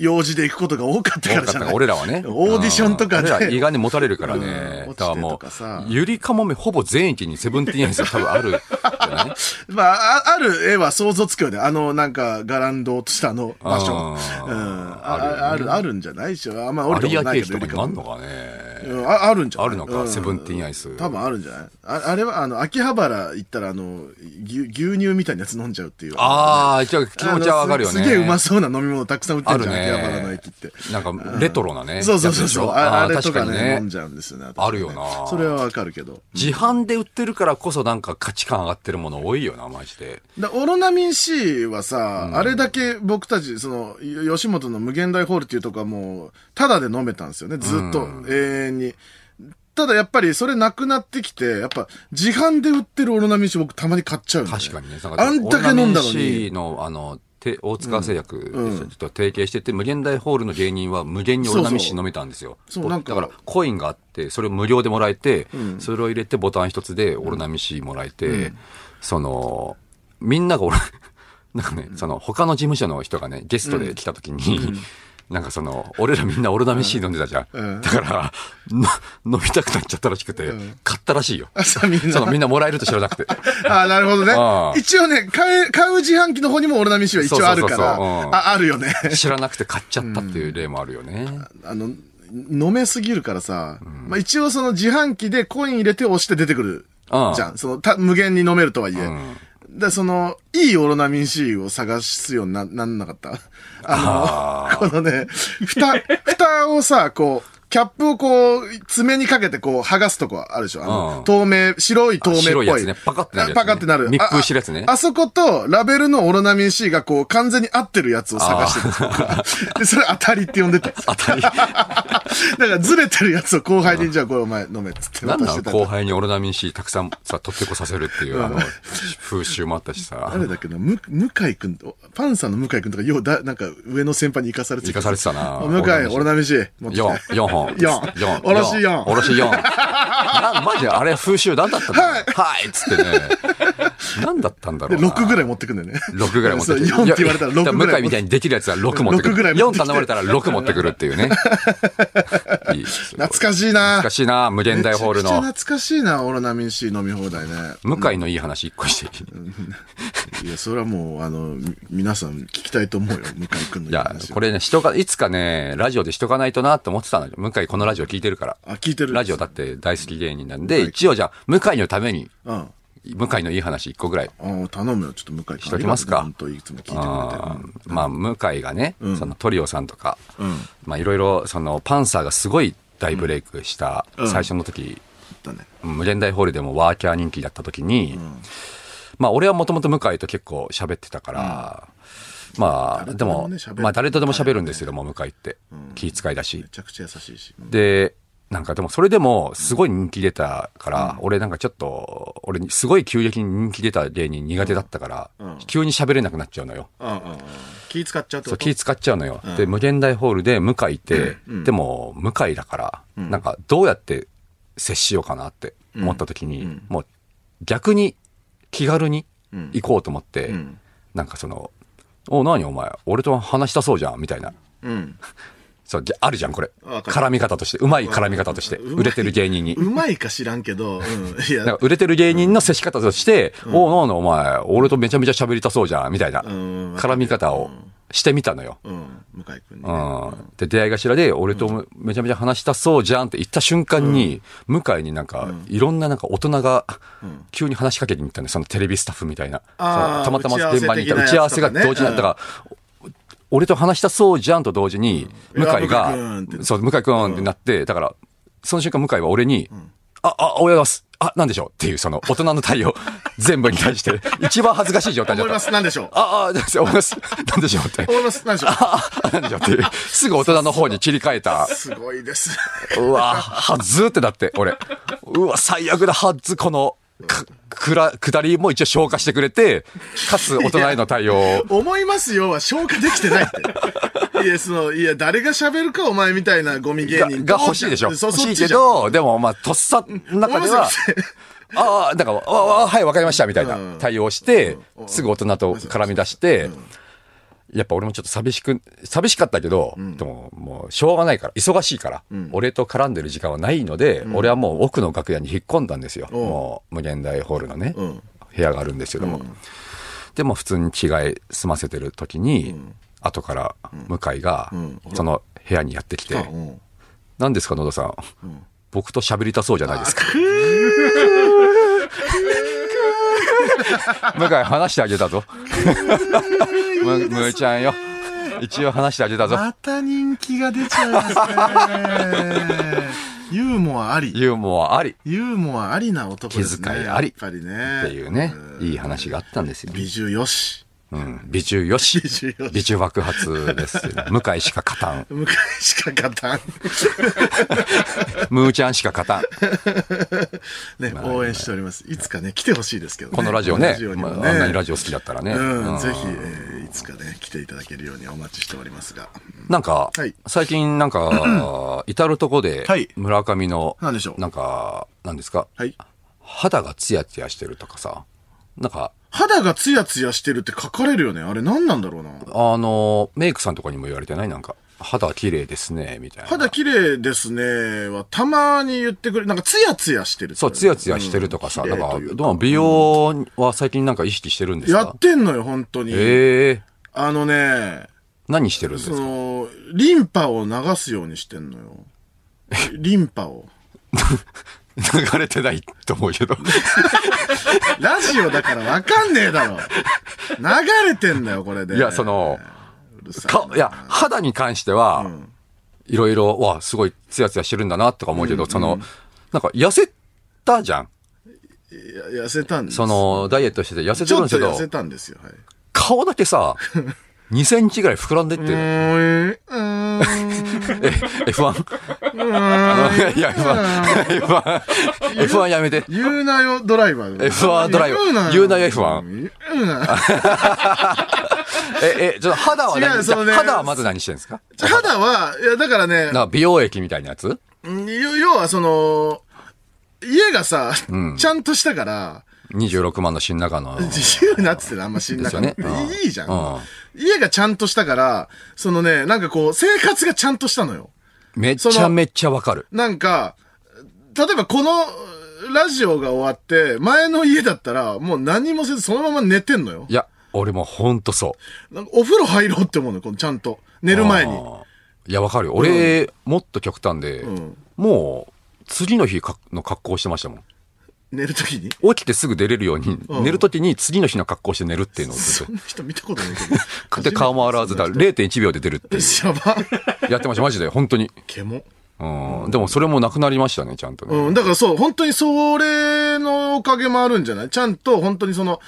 用事で行くことが多かったか多からっじゃたかない。ら、俺らはねオーディションとかうん俺ら胃で。がね、持たれるからうんね。落ちてともかさう、ゆりかもめほぼ全域にセブンティーンアイスが多分あるじ (laughs) ゃないまあ、あある絵は想像つくよね。あの、なんか、ガランドとしたあの場所。うん。あーあある、あるんじゃないでしょ。あんま俺有も明ないけ駅ど、とかになんのか。かね。うんああるんじゃないあるのかうんセブンティーンアイス多分あるんじゃないああれは、あの、秋葉原行ったら、あの、牛牛乳みたいなやつ飲んじゃうっていう。ああ、じゃあ気持ちはわかるよね。あのすすげえうまそうな飲み物たくさん売ってあるるじゃん、ね秋葉原の駅って。。なんか、レトロなね。そうそうそうやつでしそうょあ。あーれとか確ねに飲んじゃうんですよね。私あるよなそれはわかるけど。自販で売ってるからこそなんか価値観上がってるもの多いよな、マジで。だオロナミン C はさ、あれだけ僕たち、その、よ吉本の無限大ホールっていうとこはもう、ただで飲めたんですよね、ずっと、永遠に。ただやっぱりそれなくなってきて、やっぱ自販で売ってるオロナミン C 僕たまに買っちゃうんだよ、確かにね。あんだけ飲んだのに。 C の、あの、て大塚製薬でちょっと提携してて、無限大ホールの芸人は無限にオロナミンそう C そう飲めたんですよ。そうぼなんかだから、コインがあって、それを無料でもらえて、それを入れてボタン一つでオロナミン C もらえて、その、みんながオロ、 (laughs) なんかね、その、他の事務所の人がね、ゲストで来た時に、 (laughs) なんかその、俺らみんなオロナミン C 飲んでたじゃん。うんだから、の飲みたくなっちゃったらしくて、買ったらしいよ。朝みんなそのみんなもらえると知らなくて。ああ、なるほどああね。一応ね、買う、買う自販機の方にもオロナミン C は一応あるかそうら、そうそうそううんあ、あるよね。知らなくて買っちゃったっていう例もあるよね。あの、飲めすぎるからさ、まあ一応その自販機でコイン入れて押して出てくるああじゃん。そのた無限に飲めるとはいえ。で、その、いいオロナミン C を探すようにななんなかった。あの、このね、蓋、蓋をさ、こう、キャップをこう、爪にかけてこう、剥がすとこあるでしょあの、うん透明、白い透明っぽい。あ白いやつねパカってなるやつねあパカってなる。密封してるやつねあああそこと、ラベルのオロナミン C がこう、完全に合ってるやつを探してた。 (laughs) で、それ当たりって呼んでた。当 (laughs) たり。だからずれてるやつを後輩に、じゃあこれお前飲めっつってなん渡なしてのた。後輩にオロナミン C たくさんさ、取ってこさせるっていう、あの、風習もあったしさ。誰だっけな、む、向井くんと、パンさんの向井くんとか、ようだ、なんか上の先輩に生かされて生かされてたな向井、俺なめし、持ってきて4、4本。 (laughs) 四四おろし四おろし4。なマジであれ風習何だったんだはいはいっつってね。何だったんだろで、うな。 6ぐらい。い持ってくんだよね。 6ぐらい持ってくる。そう4って言われたら6ぐらい持ってくる向井みたいにできるやつは6持ってくる。六ぐらい持ってきて4頼まれたら6持ってくるってい (laughs) うね。いい懐懐かしいなかしいな、無限大ホールの。めちゃくちゃ懐かしいな、オロナミン C 飲み放題ね。向井のいい話一個していい、いや、それはもう、あの、み皆さん聞きたいと思うよ、向井くんのいや、これ。れね、しとか、いつかね、ラジオでしとかないとなって思ってたのよ。向井このラジオ聞いてるから。あ、聞いてる。ラジオだって大好き芸人なんで、一応じゃあ、向井のために、うん。あ向井のいい話一個ぐらい。あ頼むよ、ちょっと向井くん。ししときますか本当いつも聞いてくれて。あうんーまあ、向井がね、そのトリオさんとか、まあ、いろいろ、その、パンサーがすごい大ブレイクした、最初の時、だね。無限大ホールでもワーキャー人気だった時に、まあ俺はもともと向井と結構喋ってたから、まあ誰とででもねも、喋るまあ誰とでも喋るんですけども、向井って。気遣いだしめ。ちゃくちゃ優しいし。うんで、なんかでもそれでもすごい人気出たから、俺なんかちょっと、俺すごい急激に人気出た芸人苦手だったから、急に喋れなくなっちゃうのよ。うんうんうん気使っちゃうってそこうと気使っちゃうのよ。で、無限大ホールで向井いて、でも向井だから、なんかどうやって接しようかなって思った時に、もう逆に気軽に行こうと思って、なんかその、お、何お前、俺と話したそうじゃん、みたいな。うん。そう、じゃあるじゃん、これ。わかる絡み方として、うまい絡み方として、うん売れてる芸人に。うまいか知らんけど、うん。いなんや、か売れてる芸人の接し方として、おう、なんだお前、俺とめちゃめちゃ喋りたそうじゃん、みたいな、ん絡み方をしてみたのよ。うん。向井くんにね。うんで、出会い頭で、俺とめちゃめちゃ話したそうじゃんって言った瞬間に、向井になんか、いろんななんか大人が、急に話しかけに行ったね、そのテレビスタッフみたいな。そあーのたまたま現場にいた打打ち合ち合わわせせとかがね同時にあったから、お俺と話したそうじゃんと同時に、うん向井うわ向井が君って、そう、向井くんってなって、だから、その瞬間、向井は俺に、あ、あ、おはようございます。あ、なんでしょうっていう、その、大人 (laughs) の対応、全部に対して、一番恥ずかしい状態だ思いっま。たす。なんでしょうあ、あ、です思います。なんでしょうって。思います。なんでしょ (laughs) うあ、あなんでしょうっていう。すぐ大人の方に切り替えた。すごいです。うわ、はずーってなって、俺。うわ、最悪だ、はず、この、く、くら、下りも一応消化してくれて、かつ大人への対応。思いますよは消化できてないって。いや、その、いや、誰が喋るか、お前みたいなゴミ芸が人が欲しいでしょ。そ欲うそしっいちけじゃんど、でもまあ、とっさの中思でいまはすよ、ああ、なんか、わわはい、わかりました、みたいうんな対応して、すぐ大人と絡み出して、やっぱ俺もちょっと寂しく、寂しかったけど、でももうしょうがないから、忙しいから、俺と絡んでる時間はないので、俺はもう奥の楽屋に引っ込んだんですよ。もう無限大ホールのね、ん部屋があるんですけども。でも普通に着替え済ませてる時に、後から向井が、その部屋にやってきて、うん何ですか野田さん、僕と喋りたそうじゃないですか (laughs) 向井話してあげたぞむむーちゃんよ一応話してあげたぞまた人気が出ちゃうんですね。ユーモアあり。ユーモアありっユーモアありな男ですね。気遣いありやっぱりね。ていうねいい話があったんですよ、美女よし。うん、美中よし美中よし美中爆発ですよね向井しか勝たん向井しか勝たん。ムーちゃんしか勝たんね、応援しております。いつかね、来てほしいですけどね。このラジオねラジオにまもね。あ、あんなにラジオ好きだったらね、う、うんんぜひ、えーいつかね、来ていただけるようにお待ちしておりますが。なんか、はい最近な (clears throat) んか、至るとこではい、村上の、なんでしょうなんか、なんですか、はい。肌がツヤツヤしてるとかさ、なんか、肌がツヤツヤしてるって書かれるよね。あれ何なんだろうな。あの、メイクさんとかにも言われてないなんか、肌綺麗ですね、みたいな。肌綺麗ですねはたまに言ってくれ、なんかツヤツヤしてるってそう、ツヤツヤしてるとかさ、うんなん綺麗かという、かどうも美容は最近なんか意識してるんですやかってんのよ、本当に。ええあのね、何してるんですそかの、リンパを流すようにしてんのよ。リンパを。 (laughs) 流れてないと思 (laughs) うけど。ラジオだからわかんねえだろ。流れてんだよ、これで。いや、(laughs) そ、の、うるさいなか、いや、肌に関しては、いろいろ、わ、すごいツヤツヤしてるんだな、とか思うけど、その、なんか痩せたじゃん。いや痩せたんです。そ、の、ダイエットしてて痩せてちるょんでっすとけど痩、せたんです (laughs) よ、はい。顔だ (laughs) けさ、2センチぐらい膨らんでってる。え、うーん、うーん。 F1? あのいや、F1。F1。F1 やめて。言うなよドライバー。 F1 ドライバー言うなよ F1 言うなよ。え、え、ちょっと肌は違う何そのね肌はまず何してるんですか肌は、いや、だからね、なんか美容液みたいなやつうん要要はその、家がさ、ちゃんとしたから、 ?26 万の新中の。自由なっつってのあんま死んなかったですよねうんいいじゃん,、うん家がちゃんとしたから、そのね、なんかこう、生活がちゃんとしたのよ。めちゃめちゃわかる。なんか、例えばこのラジオが終わって、前の家だったら、もう何もせずそのまま寝てんのよい。や、俺もほんとそう。なんかお風呂入ろうって思うの、このちゃんと。寝る前に。あーいや、わかるよ。俺、もっと極端で、んもう、次の日かの格好をしてましたもん。寝るときに。起きてすぐ出れるように、寝るときに次の日の格好をして寝るっていうのをずっそんな人見たことないけ (laughs) と。ど。で、顔も洗わずだ、0.1秒で出るっていう。や (laughs) ば。やってました、マジで、本当に。ケモ。うん。でも、それもなくなりましたね、ちゃんとね。うん、だからそう、本当にそれのおかげもあるんじゃないちゃんと本当にその、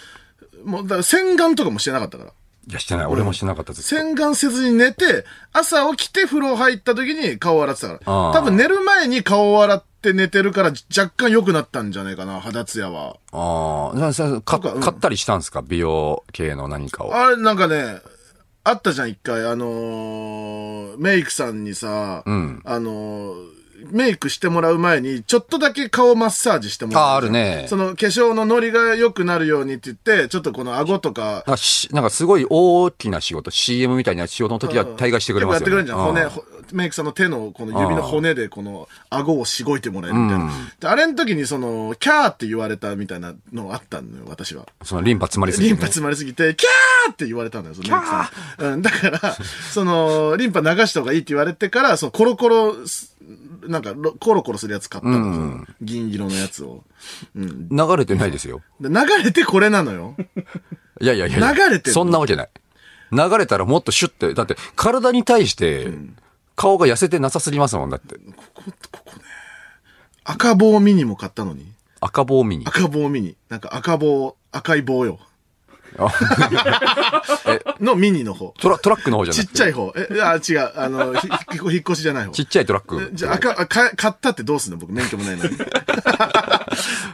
もう、だから洗顔とかもしてなかったから。いや、してない。俺もしてなかったです。洗顔せずに寝て、朝起きて風呂入った時に顔を洗ってたから。あー多分寝る前に顔を洗って寝てるから若干良くなったんじゃないかな、肌ツヤは。ああ、なさかなんかうん買ったりしたんですか美容系の何かを。あれ、なんかね、あったじゃん、一回。あのーメイクさんにさ、んあのーメイクしてもらう前に、ちょっとだけ顔マッサージしてもらう。ああるねその化粧のノリが良くなるようにって言って、ちょっとこの顎とか、なんかし、なんかすごい大きな仕事、CM みたいな仕事の時は大概してくれますよくよやっね。てくれるじゃん。骨、うんほメイクさんの手の、この指の骨で、この、顎をしごいてもらえるみたいな。であれの時に、その、キャーって言われたみたいなのがあったのよ、私は。 (laughs) そのリンパ詰まりすぎリてンねパ詰まりすぎて、キャーって言われたんだよ、そのメイクさん。うん、だから、その、リンパ流した方がいいって言われてから、そのコロコロす、なんか、ロコロコロするやつ買ったの、その銀色のやつを。流れてないですよ。で流れてこれなのよ。いやいやいやいや。流れてるそんなわけない。流れたらもっとシュッて、だって体に対して、顔が痩せてなさすぎますもんだって。ここ、ここね。赤棒ミニも買ったのに。赤棒見に。赤棒ミニ。なんか赤棒、赤い棒よ。のミニの方。トラトラックの方じゃちなっくて。ちゃい方。え、あ、違う。あの、ひひ引っ越しじゃない方。ちっちゃいトラック。じゃあ、赤、赤、買ったってどうすんの僕免許もない (laughs) のに。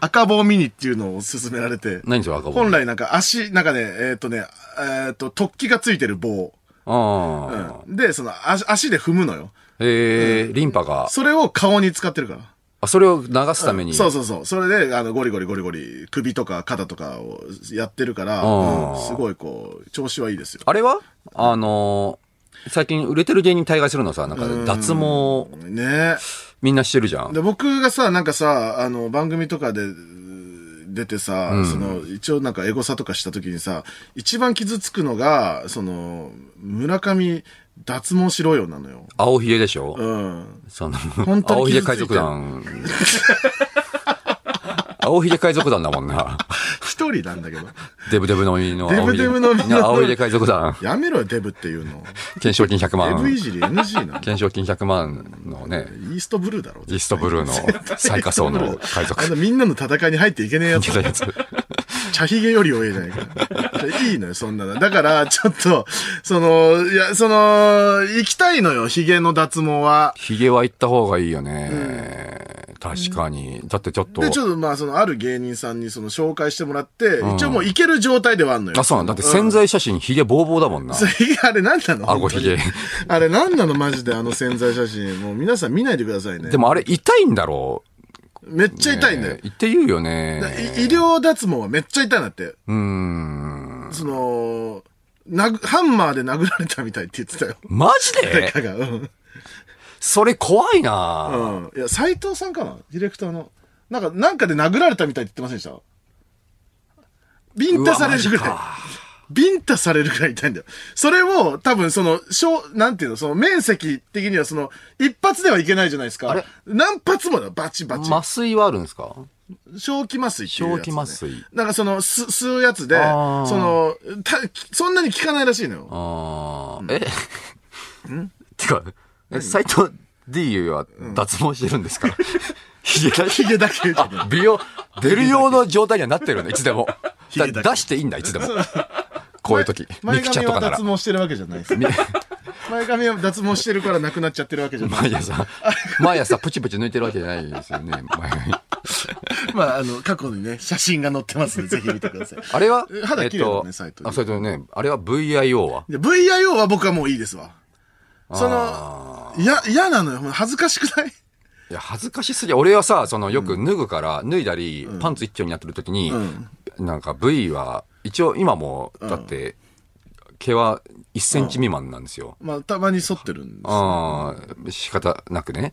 赤棒ミニっていうのを勧められて。何それ赤棒本来なんか足、なんかね、えーっ、とね、えーっ、と、突起がついてる棒。あうあ、んで、その足、足で踏むのよ。へえ、リンパが。それを顔に使ってるから。あ、それを流すために。そうそうそう。それで、あの、ゴリゴリゴリゴリ、首とか肩とかをやってるから、あーうんすごいこう、調子はいいですよ。あれはあのー最近売れてる芸人対外するのさ、なんか脱毛ねみんなしてるじゃん。で、僕がさ、なんかさ、あの、番組とかで、うー出てさ、その、一応なんかエゴサとかした時にさ、一番傷つくのが、その、村上、脱毛しろよなのよ。青ひげでしょ、うん。その本、当に青ひげ傷つい海てる賊団。青ひげ海賊団だもんな。一人なんだけど。デブデブのみのデ青ブひげ。デブのみの青ひげ海賊団。やめろよ、デブっていうの。懸賞金100デブい万。じり NG なの。懸賞金100万のね、イーストブルーだろ。イーストブルーの最下層の海賊あ。のみんなの戦いに入っていけねえやつ (laughs) い。たやつ茶ひげより多いじゃないか。いいのよ、そんなの。だから、ちょっと、その、いや、その、行きたいのよ、ひげの脱毛は。ひげは行った方がいいよね。確かに。だってちょっと。で、ちょっと、まあ、その、ある芸人さんに、その、紹介してもらって、ん一応もう行ける状態ではあんのよ。あ、そうなんだ。だって潜在写真、ひげボーボーだもんな。それあれ何なの顎ひげ。あれ何なのマジであの潜在写真。もう皆さん見ないでくださいね。でもあれ痛いんだろう。めっちゃ痛いんだよね。って言うよだね。い医療脱毛はめっちゃ痛いんだって。うーん。その、なぐ、ハンマーで殴られたみたいって言ってたよ。マジでだから、うん。それ怖いな、うん。いや、斎藤さんかなディレクターの。なんか、なんかで殴られたみたいって言ってませんでしたビンタされるぐうわらいマジ。ビンタされるぐらい痛いんだよ。それを、多分その、小、なんていうの、その面積的にはその、一発ではいけないじゃないですあかれ。何発もだよ、バチバチ。麻酔はあるんですか正気麻酔っていうやつ、ね。正気麻酔なんかその、す、吸うやつで、そあーの、た、そんなに効かないらしいのよ。あーえ、てか、え、斎藤 D は脱毛してるんですか、ひげだヒし、ゲだけじゃない。美容、出る用の状態にはなってるよね、いつでも。だ出していいんだ、いつでも。こういう時。ミ前クチャ髪とかはなら脱。毛してるわけじゃないです。 (laughs) 前髪は脱毛してるからなくなっちゃってるわけじゃない。毎朝、毎朝プチプチ抜いてるわけじゃないですよね、前髪まあ、あの、過去にね、写真が載ってますんで、ぜひ見てください。あれはえ肌綺麗だもんね斎藤あ、斎藤ね、あれは VIO はで、VIO は僕はもういいですわ。その、いや、嫌なのよ。恥ずかしくない (laughs) いや、恥ずかしすぎ。俺はさ、その、よく脱ぐから、脱いだり、パンツ一丁になってる時に、なんか V は、一応今も、だって、毛は1センチ未満なんですよ。まあ、たまに剃ってるんです。ああ、仕方なくね。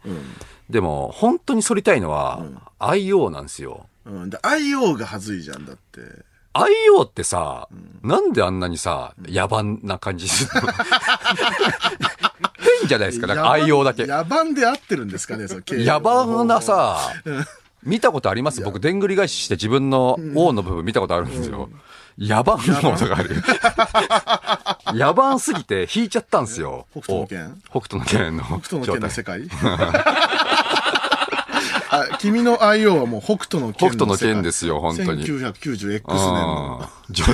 でも、本当に剃りたいのは、IO なんですよ。うん。で、IO が恥ずいじゃんだって。 IO ってさ、なんであんなにさ、野蛮な感じするの (laughs) 変じゃないですか、なんか IO だけ。野蛮で合ってるんですかね、その経営野蛮な。さ、見たことあります僕、でんぐり返しして自分の王の部分見たことあるんですよ。野蛮のものがある。野蛮すぎて引いちゃったんですよ。北斗の拳お北斗の拳の北斗の状拳の態。世界 (laughs) あ君の IO はもう北斗の北拳斗の世界拳ですよ、本当に。 1990X 年の。うんじょ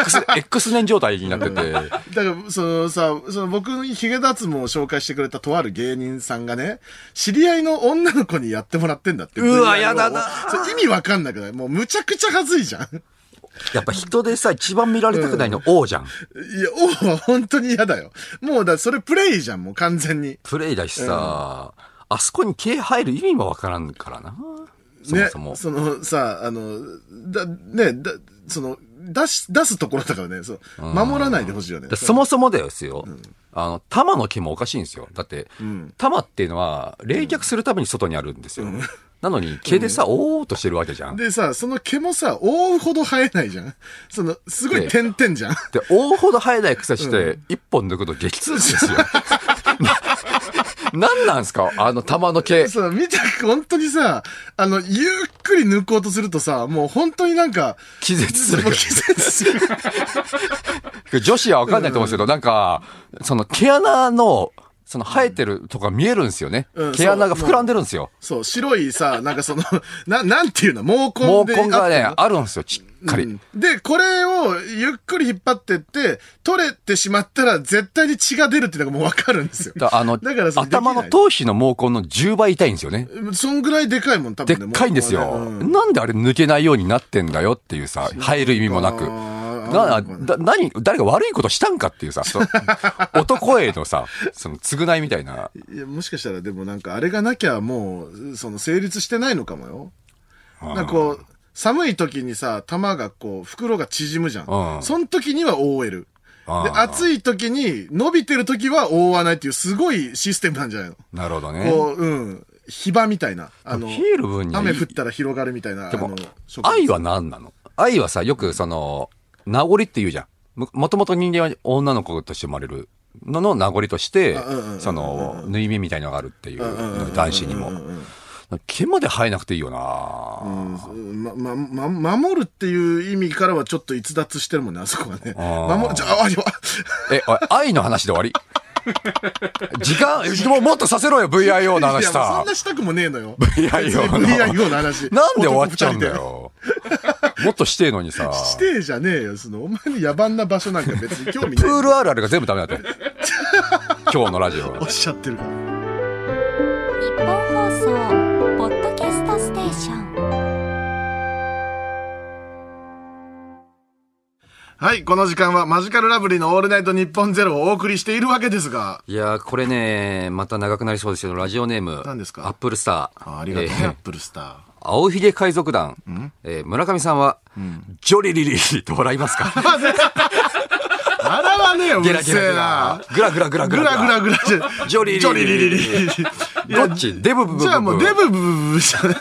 X, X 年状態になっ (laughs) てて。だから、そのさ、その僕にヒゲ脱毛を紹介してくれたとある芸人さんがね、知り合いの女の子にやってもらってんだって。うわ VIO やだなそう意味わかんなくないもうむちゃくちゃ恥ずいじゃん。い (laughs) やっぱ人でさ、一番見られたくないの王じゃん。や、王は本当に嫌だよ。もうだ、それプレイじゃん、もう完全に。プレイだしさ、あそこに毛入る意味もわからんからな。そもねそも。。そのさ、あの、だ、ね、だ、その、出し、出すところだからね、そう、守らないでほしいよねで。そもそもだよですよ。あの、玉の毛もおかしいんですよ。だって、玉っていうのは冷却するために外にあるんですよ。なのに毛でさ、おーっとしてるわけじゃん。で、でさ、その毛もさ、覆うほど生えないじゃん。その、すごい点々じゃん。おーほど生えない草して、一本抜くと激痛ですよ。な、なんなんすかあの玉の (laughs) 毛。そう、見た、本当にさ、あの、ゆっくり抜こうとするとさ、もう本当になんか、気絶するもう気絶する。女子はわかんないと思うんですけど、なんか、その毛穴の、その生えてるとか見えるんですよねうん。毛穴が膨らんでるんですよ。そう、白いさ、なんかその、な、なんていうの毛根毛で。根がね、あるんですよ、しっかり。うんで、これをゆっくり引っ張ってって、取れてしまったら絶対に血が出るっていうのがもうわかるんですよ。だあのだから、それできない頭の頭皮の毛根の10倍痛いんですよね。そんぐらいでかいもん、多で分ねっかいんです毛根よはね。うんなんであれ抜けないようになってんだよっていうさ、生える意味もなく。あな、だ、何、誰が悪いことしたんかっていうさ、その男へのさ、その償いみたいな。いや、もしかしたらでもなんかあれがなきゃもう、その成立してないのかもよ。なんかこう、寒い時にさ、玉がこう、袋が縮むじゃ。うんんその時には覆える。あで、ー暑い時に伸びてる時は覆わないっていうすごいシステムなんじゃないのなるほどね。こう、うん。ヒバみたいな。あの、冷える分にはいい雨降ったら広がるみたいな。でもあの植物愛は何なの愛はさ、よくその、名残って言うじゃん。ももともと人間は女の子として生まれるのの名残としてあうんうんうんうん、その、縫い目みたいのがあるっていう、男子にも。毛まで生えなくていいよなうんま、ま、ま、守るっていう意味からはちょっと逸脱してるもんね、あそこはね。あー守る、じゃあ、あ、いやえ、おい愛の話で (laughs) 終わり時間、もうもっとさせろよ、VIO のい話や、もうそさん。なしたくもねえの (laughs) よ。 VIO (laughs) の VIO の話。なんで終わっちゃうんだ男二人よ。もっとしてえのにさ。で。 (laughs) してえじゃねえよ、その、お前の野蛮な場所なんか別に興味プない。ールあるあるが全部ダメ (laughs) だって。今日のラジオ。おっしゃってるから。日本放送ポッドキャストステーションはい、この時間はマジカルラブリーのオールナイト日本ゼロをお送りしているわけですが、いやー、これね、また長くなりそうですけど、ラジオネーム。何ですかアップルスター。あありがとうね、えアーップルスター。青ひげ海賊団。えー村上さんは、ジョリリリリと笑いますかあらはねえよ、うゲるラゲせラゲえなラ。。グラグラグラググララグラグラじゃ。ジョリリリリジョリリリリリ。どっちデブブブブブじゃあもうデブブブブじゃない。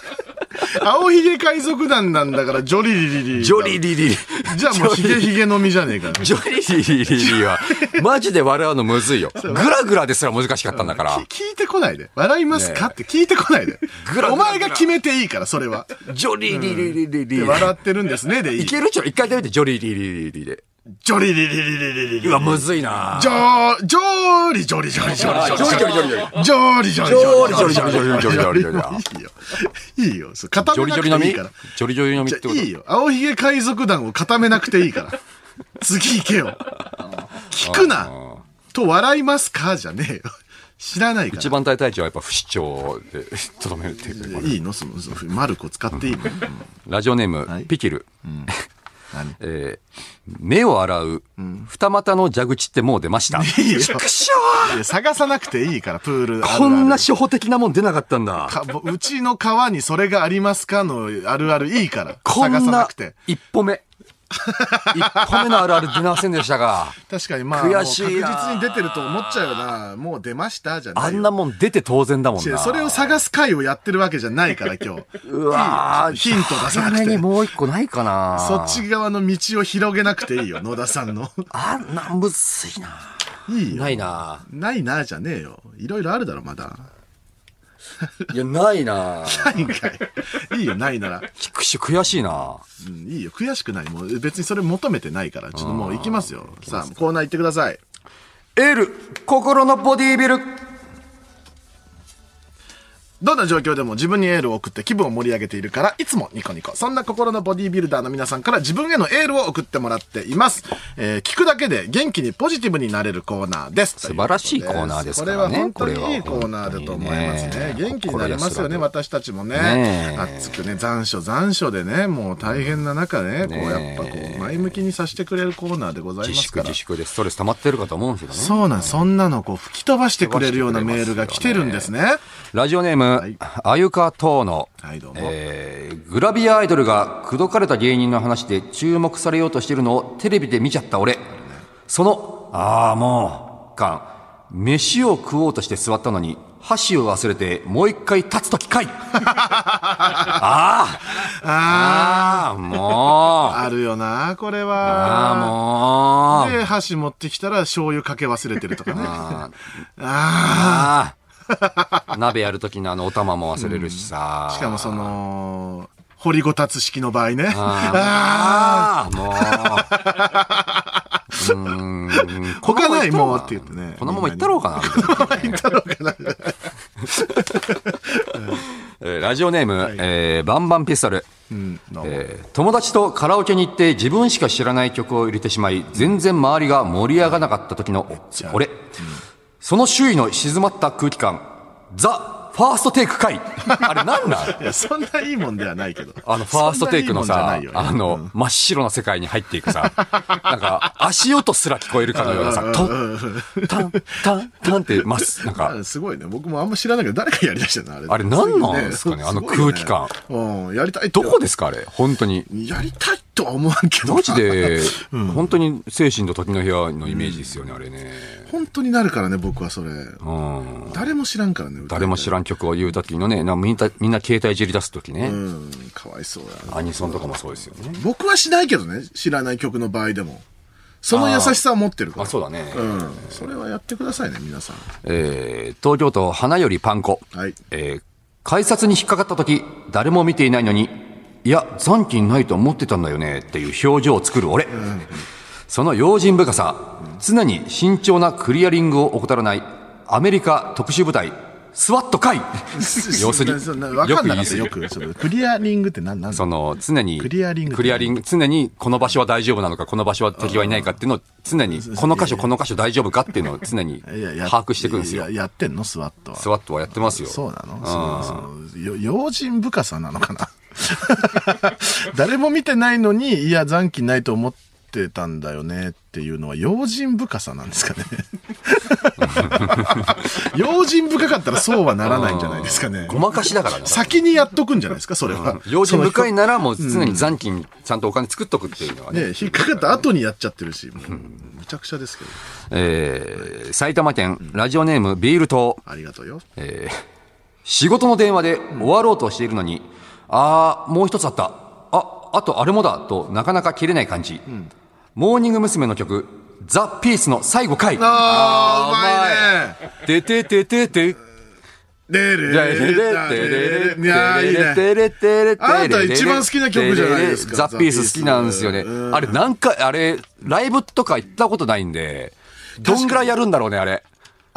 青ひげ海賊団なんだから、ジョリリリリ。ジョリリリリ。じゃあもうヒゲヒゲのみじゃねえかよ。ジョリリリリリは、マジで笑うのむずいよ。グラグラですら難しかったんだから。き聞いてこないで。笑いますかねって聞いてこないでグラグラ。お前が決めていいから、それは。ジョリリリリリリ。笑ってるんですね、でいい。いジけるちょ、一回やってみて、ジョリリリリリで。ョリリリリリリリリ。うわ、むずいなジョー、ジョーリジョリジョリジョリジョリ。ジョリジョリジョリジョリ。ジョーリジョリジョリジョリジョリジョリジョリジョリジョリもういいよ。いいよ。そう固ジョめリなジョくリのてみいいジから。ョリジョリのみじっゃてあこいといよ。青ひげ海賊団を固めなくていいから。次行けよ。聞くな。と笑いますかじゃねえよ。知らないから。一番大隊長はやっぱ不死鳥で (laughs) とどめるっていう。いいのその、そのマルコ使っていいの、ラジオネーム、はいピキル。何 (laughs) えー目を洗う、二股の蛇口ってもう出ました。いいよくしょいや探さなくていいから、プールあるあーる。こんな初歩的なもん出なかったんだ。かぼうちの川にそれがありますかのあるあるいいから。こん探さななくて。一 (laughs) 歩目。一歩目のあるある出ませんでしたが、確かにまあ、悔しいもうな確実に出てると思っちゃうよな。もう出ましたじゃないよあんなもん出て当然だもん違うな。それを探す会をやってるわけじゃないから、 (laughs) 今日。うわーいいよヒント出さなく早めてに。もう一個ないかなそっち側の道を広げなくていいよ、野田さんの。あ、な、むずいな。いいよ。ない。な。ないな、じゃねえよ。いろいろあるだろ、まだ。いや、ないな。 (laughs) ないんかい。いいよ、ないなら。くし悔しいな。うん、いいよ、悔しくない。もう別にそれ求めてないから。ちょっともう行きますよ。さあ、コーナー行ってください。エール、心のボディービル。どんな状況でも自分にエールを送って気分を盛り上げているから、いつもニコニコ。そんな心のボディービルダーの皆さんから自分へのエールを送ってもらっています。えー聞くだけで元気にポジティブになれるコーナーです。素晴らしいコーナーですからねこれは本当にいいコーナーだと思いますこれねは。元気になりますよね、心安らぐ私たちもね。ねえ暑くね、残暑、残暑でね、もう大変な中ね、こうやねっえぱこう、前向きにさせてくれるコーナーでございま自す粛から自。粛でストレス溜まってるかと思うんですけどね。そうなん、そんなのこう吹き飛ばしてくれるようなメールが来てるんですね。 (laughs) ラジオネーム、いあゆかとうの、はいどうもえーグラビアアイドルが口説かれた芸人の話で注目されようとしてるのをテレビで見ちゃった俺。その、ああ、もう、感。飯を食おうとして座ったのに、箸を忘れてもう一回立つときか (laughs) いあああ、ああ、もうあ、。あるよな、これあは。あ、もう。で、箸持ってきたら醤油かけ忘れてるとかね。ああああ。鍋やるときのあのお玉も忘れるしさ。ー。しかもその、掘りごたつ式の場合ね。ああ、もう。うん (laughs) 他ないもんって言ってねこのまま行ったろうかな。みたいな (laughs) えーラジオネーム、えーバンバンピストル。うんどうもえー友達とカラオケに行って自分しか知らない曲を入れてしまい全然周りが盛り上がらなかった時の俺、その周囲の静まった空気感ザ・ファーストテイク会あれなんなんいやそんないいもんではないけど (laughs) あのファーストテイクのさそんないいもんじゃないあよねの、真っ白な世界に入っていくさなんか足音すら聞こえるかのようなさトンタンタンタンってますなんかあすごいね僕もあんま知らないけど誰がやりだしたのあれあれ何なんですかねあの空気感、すごいよねうんやりたいってどこですかあれ本当にやりたいとは思わんけどなマジで、本当に精神と時の部屋のイメージですよね、あれね。 (laughs) 本当になるからね僕はそれうん。誰も知らんからね誰も知ららん曲を言うときのね、なみんな、みんな携帯いじり出すときね、うんかわいそうやアニソンとかもそうですよね。僕はしないけどね知らない曲の場合でもその優しさを持ってるからあ、そうだね。うんそれはやってくださいね皆さんえー、東京都花よりパン粉。はいえー、改札に引っかかったとき、誰も見ていないのに、いや、残金ないと思ってたんだよね、っていう表情を作る俺。その用心深さ、常に慎重なクリアリングを怠らない、アメリカ特殊部隊、スワット (laughs) 会要するに、そんなわかんなかよったくよくそのクリアリングって何なんだその、常に、クリアリングクリアリング常に、この場所は大丈夫なのか、この場所は敵はいないかっていうのを、常に、この箇所、この箇所大丈夫かっていうのを常に、いやや把握していくんですよや。やってんのスワットはスワットはやってますよ。そうなのそのそのよ用心深さなのかな (laughs) 誰も見てないのに、いや、残機ないと思ってたんだよねっていうのは用心深さなんです (laughs) かね。用心深かったらそうはならないんじゃないですかね。ごまかしだからね。先にやっとくんじゃないですか、それは。用心そ深のいなら、もう常に残金、ちゃんとお金作っとくっていうのはね。ね、引っかかった後にやっちゃってるし、もうむちゃくちゃですけど。えー、埼玉県、ラジオネーム、ビール島。ありがとうよ。えー仕事の電話で終わろうとしているのに、ああ、もう一つあった。あ、あとあれもだ、となかなか切れない感じ。モーニング娘。の曲、ザ・ピースの最後回。あー、うまいね。ててててて。でれれてれれれれていやーいいれねてれてれてれあなた一番好きな曲じゃないですかザ・ピース好きなんですよねう。んあれ何回、あれ、ライブとか行ったことないんで、どんぐらいやるんだろうね、あれ。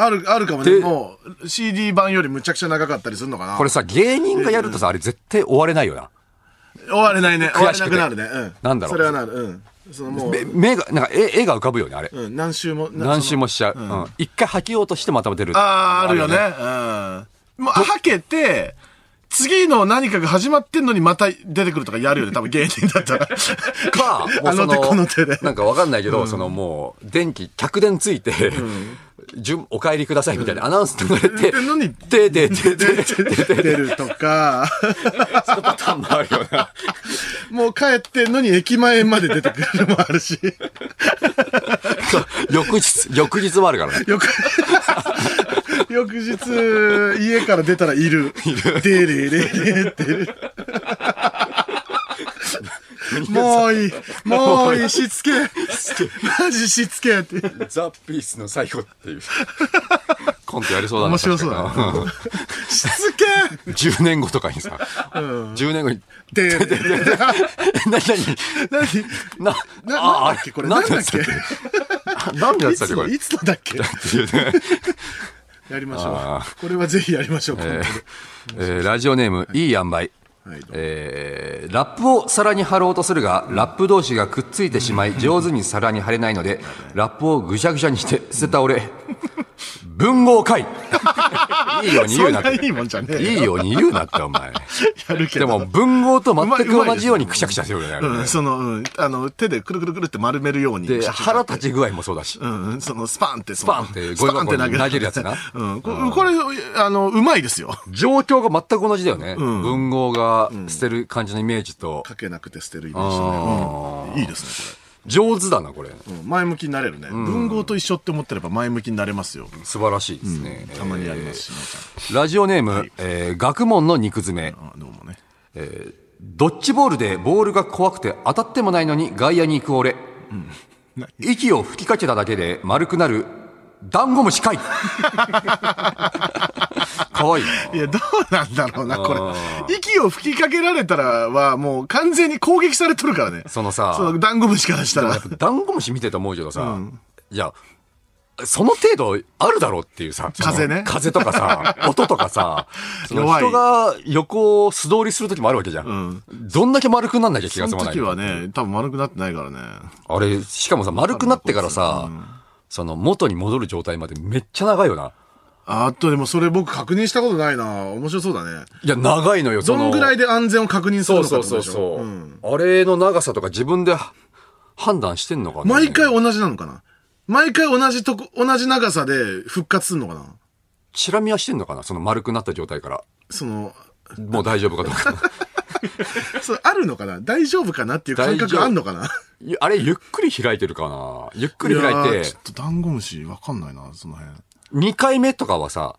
ある、あるかもね。でもう、CD 版よりむちゃくちゃ長かったりするのかな。これさ、芸人がやるとさ、あれ絶対終われないよな。終われないね。終わ悔れしくなてくなるね。うん。なんだろうそれはなる。うん。そのもうめ、目が、なんか絵絵が浮かぶよね、あれ。うん、何周も。な何周もそしちゃう。うん一回吐きようとしてまた出る。のああ、あるよね。。うん。もう、はけて、次の何かが始まってんのにまた出てくるとかやるよね。多分芸人だったら。か、もうそあの手この手でなんかわかんないけど、そのもう、電気、客電ついて、順お帰りくださいみたいなアナウンス流れて、ん何てでてでてそ出るとか、のパターンもあるよ (laughs) な。もう帰ってんのに駅前まで出てくるのもあるし。翌日、翌日もあるからね。よく翌日、家から出たらいる。でれれれってる。もういい。もういい。しつけ。マジしつけって。ザ・ピースの最後っていう。コントやりそうだな。面白そうだ確なかにな。しつけ10年後とかにさ、10年後に、でれれれ。なに何なにな、な、あなんだっけこれ。なんだっけなん何のやいつだっつけこのれ。いつのだっけっていうね。やりましょあう。これはぜひやりましょう。今度えーえーラジオネーム、いい塩梅はいどうもえーラップを皿に貼ろうとするが、ラップ同士がくっついて (laughs) しまい、上手に皿に貼れないので、ラップをぐしゃぐしゃにして捨てた俺、文 (laughs) 豪会いいように言うなっそんないいて。もんじゃねえよいいように言うなって、(laughs) お前。やるけでど。も、文豪と全くうまい同じようにくしゃくしゃするよねあれうねん、。その、うん、あの、手でくるくるくるって丸めるように。 (laughs) で、腹立ち具合もそうだし。うん、そのスパンって、スパンってゴミ箱に投げるやつなうん、ここれ、あの、うまいですよ。状況が全く同じだよね。文豪が捨てる感じのイメージと、かけなくて捨てるイメージね。うん、いいですね、上手だな、これ。これ。うん、前向きになれるね、文豪と一緒って思ってれば前向きになれますよ。素晴らしいですね。たまにやりますし、ねラジオネーム、えー学問の肉詰め。あどうもね。ドッジボールでボールが怖くて当たってもないのに外野に行く俺。息を吹きか (laughs) けただけで丸くなる、ダンゴムシかいこ可愛いいや、どうなんだろうな、こあれ。息を吹きかけられたらは、もう完全に攻撃されとるからね。そのさそう、ダンゴムシからしたら。な。ダンゴムシ見てて思うけどさ、いや、その程度あるだろうっていうさ、風ねその風と (laughs) かさ、音とかさ、その弱い人が横を素通りするときもあるわけじゃん。どんだけ丸くなんなきゃ気がそ済まのない時。はね、多分丸くなってないからね。あれ、しかもさ、丸くなってからさ、その元に戻る状態までめっちゃ長いよな。あと、でもそれ僕確認したことないな。面白そうだね。いや、長いのよ、そどの。んぐらいで安全を確認するそのうかそってことうそうでしょそう、んあれの長さとか自分では判断してんのかな毎回同じなのかな毎回同じとこ、同じ長さで復活するのかなチラ見はしてんのかなその丸くなった状態から。その、もう大丈夫か (laughs) どうか。それあるのかな大丈夫かなっていう感大丈覚夫あんのかないやあれ、ゆっくり開いてるかなゆっくり開いやーてちょ、っとダンゴムシわかんないな、その辺。 2回目とかはさ、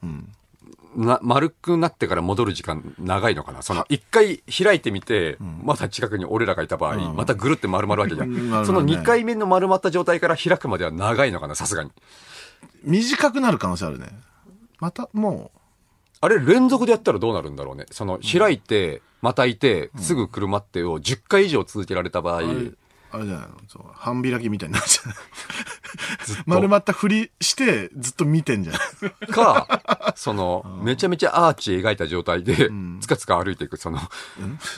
な丸くなってから戻る時間長いのかなその1回開いてみて、まだ近くに俺らがいた場合、またぐるって丸まるわけじゃうんなるほどん。ねその2回目の丸まった状態から開くまでは長いのかなさすがに。短くなる可能性あるね。また、もあれ、連続でやったらどうなるんだろうね。その、開いて、またいて、すぐ車ってを10回以上続けられた場合、う、あれじゃないのそう半開きみたいになっちゃう。ずっ丸と、まったふりして、ずっと見て (laughs) んじゃないか、その、めちゃめちゃアーチ描いた状態で、つかつか歩いていく、その、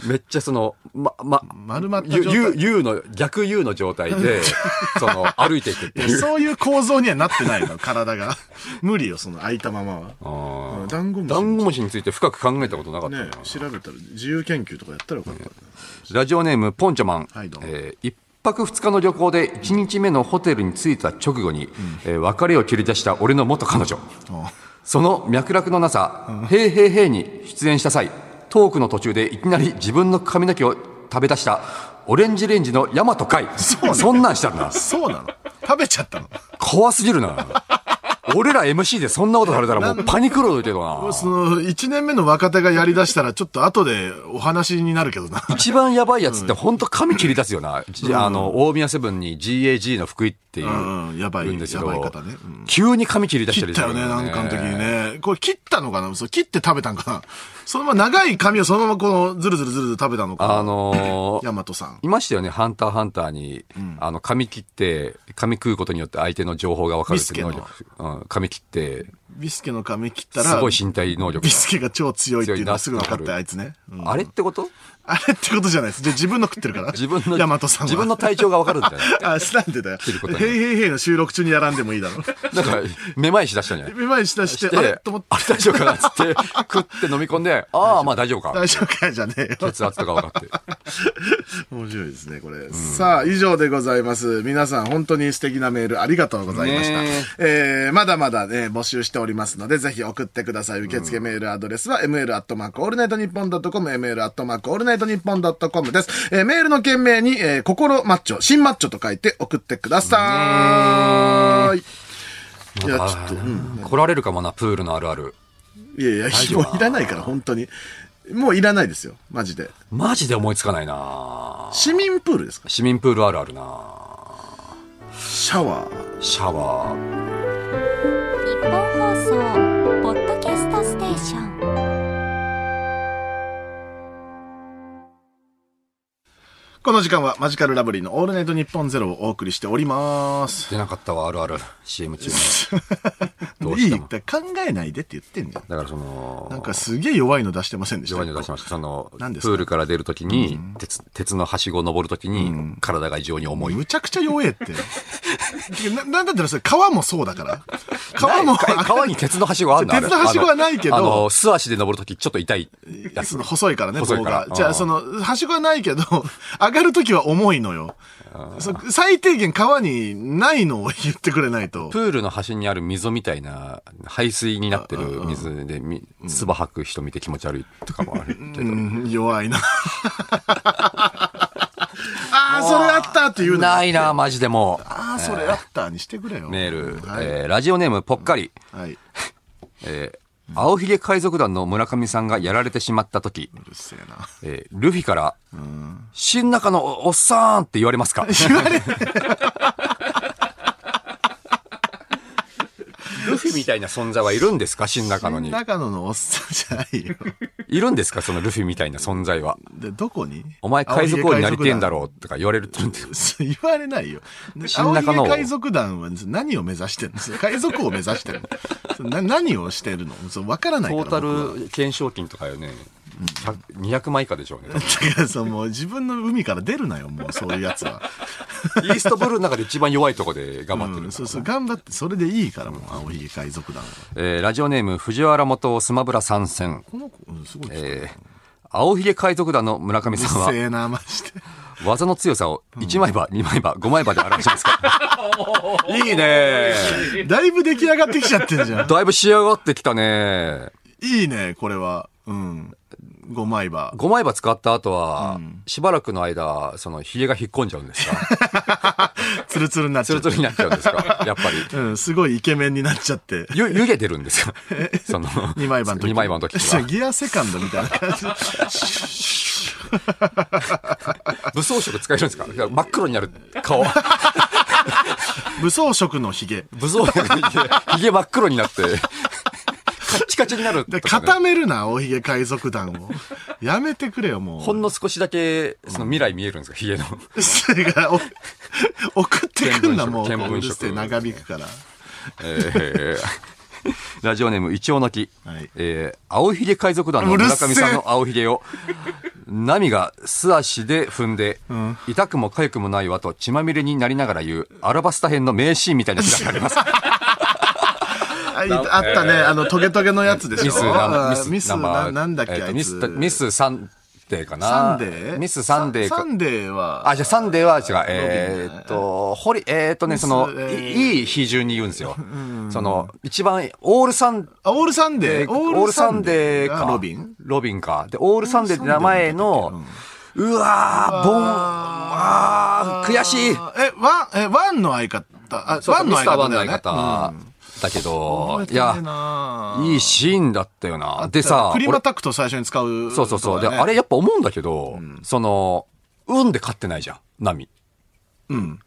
めっちゃその、ま、ま、丸まった状ゆ、態ゆ、ゆの、逆 U の状態で、 (laughs) その、歩いていくっていいやう。そういう構造にはなってないの、 (laughs) 体が。無理よ、その空いたままは。あうーんダンゴムシダンゴムシについて深く考えたことなかったな。ね調べたら、自由研究とかやったらよかった、ね。ラジオネーム、ポンチョマン。はいどうもえー一泊二日の旅行で一日目のホテルに着いた直後に、えー別れを切り出した俺の元彼女。その脈絡のなさ、へいへいへいに出演した際、トークの途中でいきなり自分の髪の毛を食べ出した、オレンジレンジの大和海。そうねそんなんしたんだ。そうなの食べちゃったの怖すぎるな。俺ら MC でそんなことされたらもうパニクロだけどな。その、1年目の若手がやりだしたら、ちょっと後でお話になるけどな。一番やばいやつって本当髪切り出すよな。じあの、大宮セブンに GAG の福井っていう。うんうんやばい言うんですけやばいど方ねうん急に髪切り出した切っりたよね、なんかの時に。ね。これ切ったのかなそう切って食べたんかなそのまま長い髪をそのままこの、ずるずるずるずる食べたのかなあのーヤマトさん。いましたよね、ハンターハンターに、あの、髪切って、髪食うことによって相手の情報がわかるっていう能ビ力。うん、髪切って、ビスケの髪切ったら、すごい身体能力ビ。スケが超強いっていうのがすぐ分かっ強いたなあいつね。うんあれってことあれってことじゃないです。じゃあ自分の食ってるから。自分の、ヤマトさんは。自分の。体調がわかるんじ (laughs) ゃないあ、なんでだよ。ることにへいへいへいの収録中にやらんでもいいだろ。なんか、めまいしだしたんじゃないめまいしたして、あれと思って、あれ大丈夫かなっつって、食って飲み込 (laughs) んで、ああ、まあ大丈夫か。大丈夫かよじゃねえよ。血圧とか分 (laughs) かって。面白いですね、これ。さあ、以上でございます。皆さん、本当に素敵なメールありがとうございました。ねえー、まだまだね、募集しておりますので、ぜひ送ってください。受付メールアドレスは、ml アットマークオールナイトニッポンドットコム、ml アットマークオールナイトニッポンドットコムです。えー、メールの件名に、えー、心マッチョ、新マッチョと書いて送ってください。いや、ちょっと、うん。来られるかもな、プールのあるある。いやいや、丈夫もういらないから、本当に。もういらないですよ、マジで。マジで思いつかないな市民プールですか市民プールあるあるなシャワー。シャワー。日本放送ポッドキャストステーションこの時間はマジカルラブリーのオールナイトニッポンゼロをお送りしております。出なかったわ、あるある。CM (laughs) 中に。どういしいたっのて考えないでって言ってんじゃん。だからその、なんかすげえ弱いの出してませんでした。弱いの出しました。その、プ何ですかールから出るときに、鉄、鉄のはしごを登るときに、体が異常に重い。むちゃくちゃ弱えって。 (laughs) ななんだったらそれ、川もそう (laughs) だから。川も、ない川に鉄のはしごあるのあれ (laughs) 鉄のはしごはないけどあの、素足で登るときちょっと痛いやつ (laughs) その。細いからね、細棒いからが。じゃうあ、んその、はしごはないけど、 (laughs) 上がるときは重いのよ。そ最低限川にないのを言ってくれないとプ。ールの端にある溝みたいな、排水になってる水で、み、唾吐く人見て気持ち悪いとかもあるけど。うん弱 (laughs) いな。 (laughs) ああ、それあったっていうの。なあいな、マジでもあー、それあったにしてくれよ。う。メール、はいえーラジオネームぽっかり、はい。えー青ひげ海賊団の村上さんがやられてしまった時、うるせえな。えールフィから、新中のおおっさんって言われますか言われ (laughs) ルフィみたいな存在はいるんですか新中野に。中野のおっさんじゃないよ。いるんですかそのルフィみたいな存在は。で、どこにお前海賊王になりてえんだろうとか言われると。そう言われないよ。で (laughs) 新青中野家を海賊団は何を目指してるんですか海賊王を目指してるのな何をしてるのそうわからないトから。ータ僕はル懸賞金とかよね、100 200万以下でしょうね。 (laughs) 多分だからそう、もう自分の海から出るなよ、もうそういうやつ (laughs) は。イーストブルーの中で一番弱いとこで頑張ってるうんだからん、そうそう、頑張って、それでいいから、もう、青ひげ海賊団は。えーラジオネーム藤原元スマブラ参戦。この子、うん、すごい人。えー青ひげ海賊団の村上さんうっせはえな、まして。技の強さを1枚刃、2枚刃、5枚刃で表しますか (laughs) いいねだいぶ出来上がってきちゃってるじゃん。 (laughs) だいぶ仕上がってきたねいいね、これは。うん。五枚刃。 5枚刃使った後は、しばらくの間、そのヒゲが引っ込んじゃうんですかツルツルになっツちゃルっツて。ルになっちゃうんですかやっぱり。うん、すごいイケメンになっちゃ (laughs) って。ゆ、湯気出るんです (laughs) よ。その、二枚刃の時。二枚刃の (laughs) 時そうは。ギアセカンドみたいな感じ。武装色使えるんですかいや真っ黒になる顔。武装色のヒゲ。武装色でヒゲヒゲ真っ黒になって、カッチカチになるで、とかね、固めるな、青ひげ海賊団 (laughs) を。やめてくれよ、もう。ほんの少しだけ、その未来見えるんですか、ヒゲの。それが、 (laughs) お送ってくんな、もう。見聞色うるせえ長引くから。えーラジオネーム、イチョウの木。はいえー、青ひげ海賊団の村上さんの青ひげを、ナミが素足で踏んで、痛くも痒くもないわと血まみれになりながら言う、アラバスタ編の名シーンみたいなやつがあります。あいあったね、あの、トゲトゲのやつでしょ。ミスな、あーミスナンバな、ーなんだっえけ、ーあといつ。ミス、ミスサンデーかな。サンデーミスサンデーサかサ。ンデーは、あ、じゃあサンデーは違う。ロビンえだーっと、ホリ、えーっとね、その、ミスえーいいい比重に言うんですよ。その、一番、オールサンあオールサンえデー、ーオールサンデーか。がロビンロビンか。で、オールサンデーって名前の、うわー、ボン、あー、悔しい。え、ワン、え、ワンの相方。あ、ワンのミスター相ワ方ンだのよね。相方だけど、いいやや、、いいいシーンだったよな。でさク、リ俺マタクト最初に使う。そうそうそとう。で、かねあれやっぱ思うんだけど、その、運で勝ってないじゃん、ナミ。ん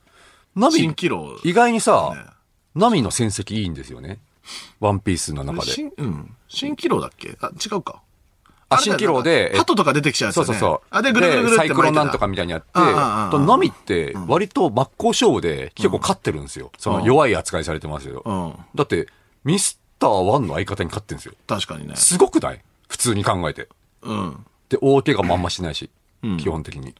ナ蜃ミ、気楼。意外にさ、ナミの戦績いいんですよね。ワンピースの中で。新、うん。新気楼だっけあ、違うか。あ、新キロで、えっとハトとか出てきちゃうやつそだうねそうそう。あ、で、ぐるぐるぐるってサイクロ巻いてたなんとかみたいにやって、うんうんうんとナミって割と真っ向勝負で結構勝ってるんですよ。その弱い扱いされてますけど。うん。だって、ミスターワンの相方に勝ってるんですよ。確かにね。すごくない普通に考えて。うん。で、大怪我もあんましないし、基本的に。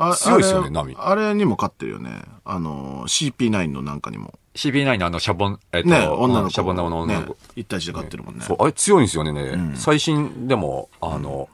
あ強いっすよねあれナミあれにも勝ってるよね。あの、CP9 のなんかにも。 CB9 のあの、シャボン、えっと、ね、女の子。シャボン玉の女の子ね。。一対一で勝ってるもんね。そう、あれ強いんですよね。最新でも、あの、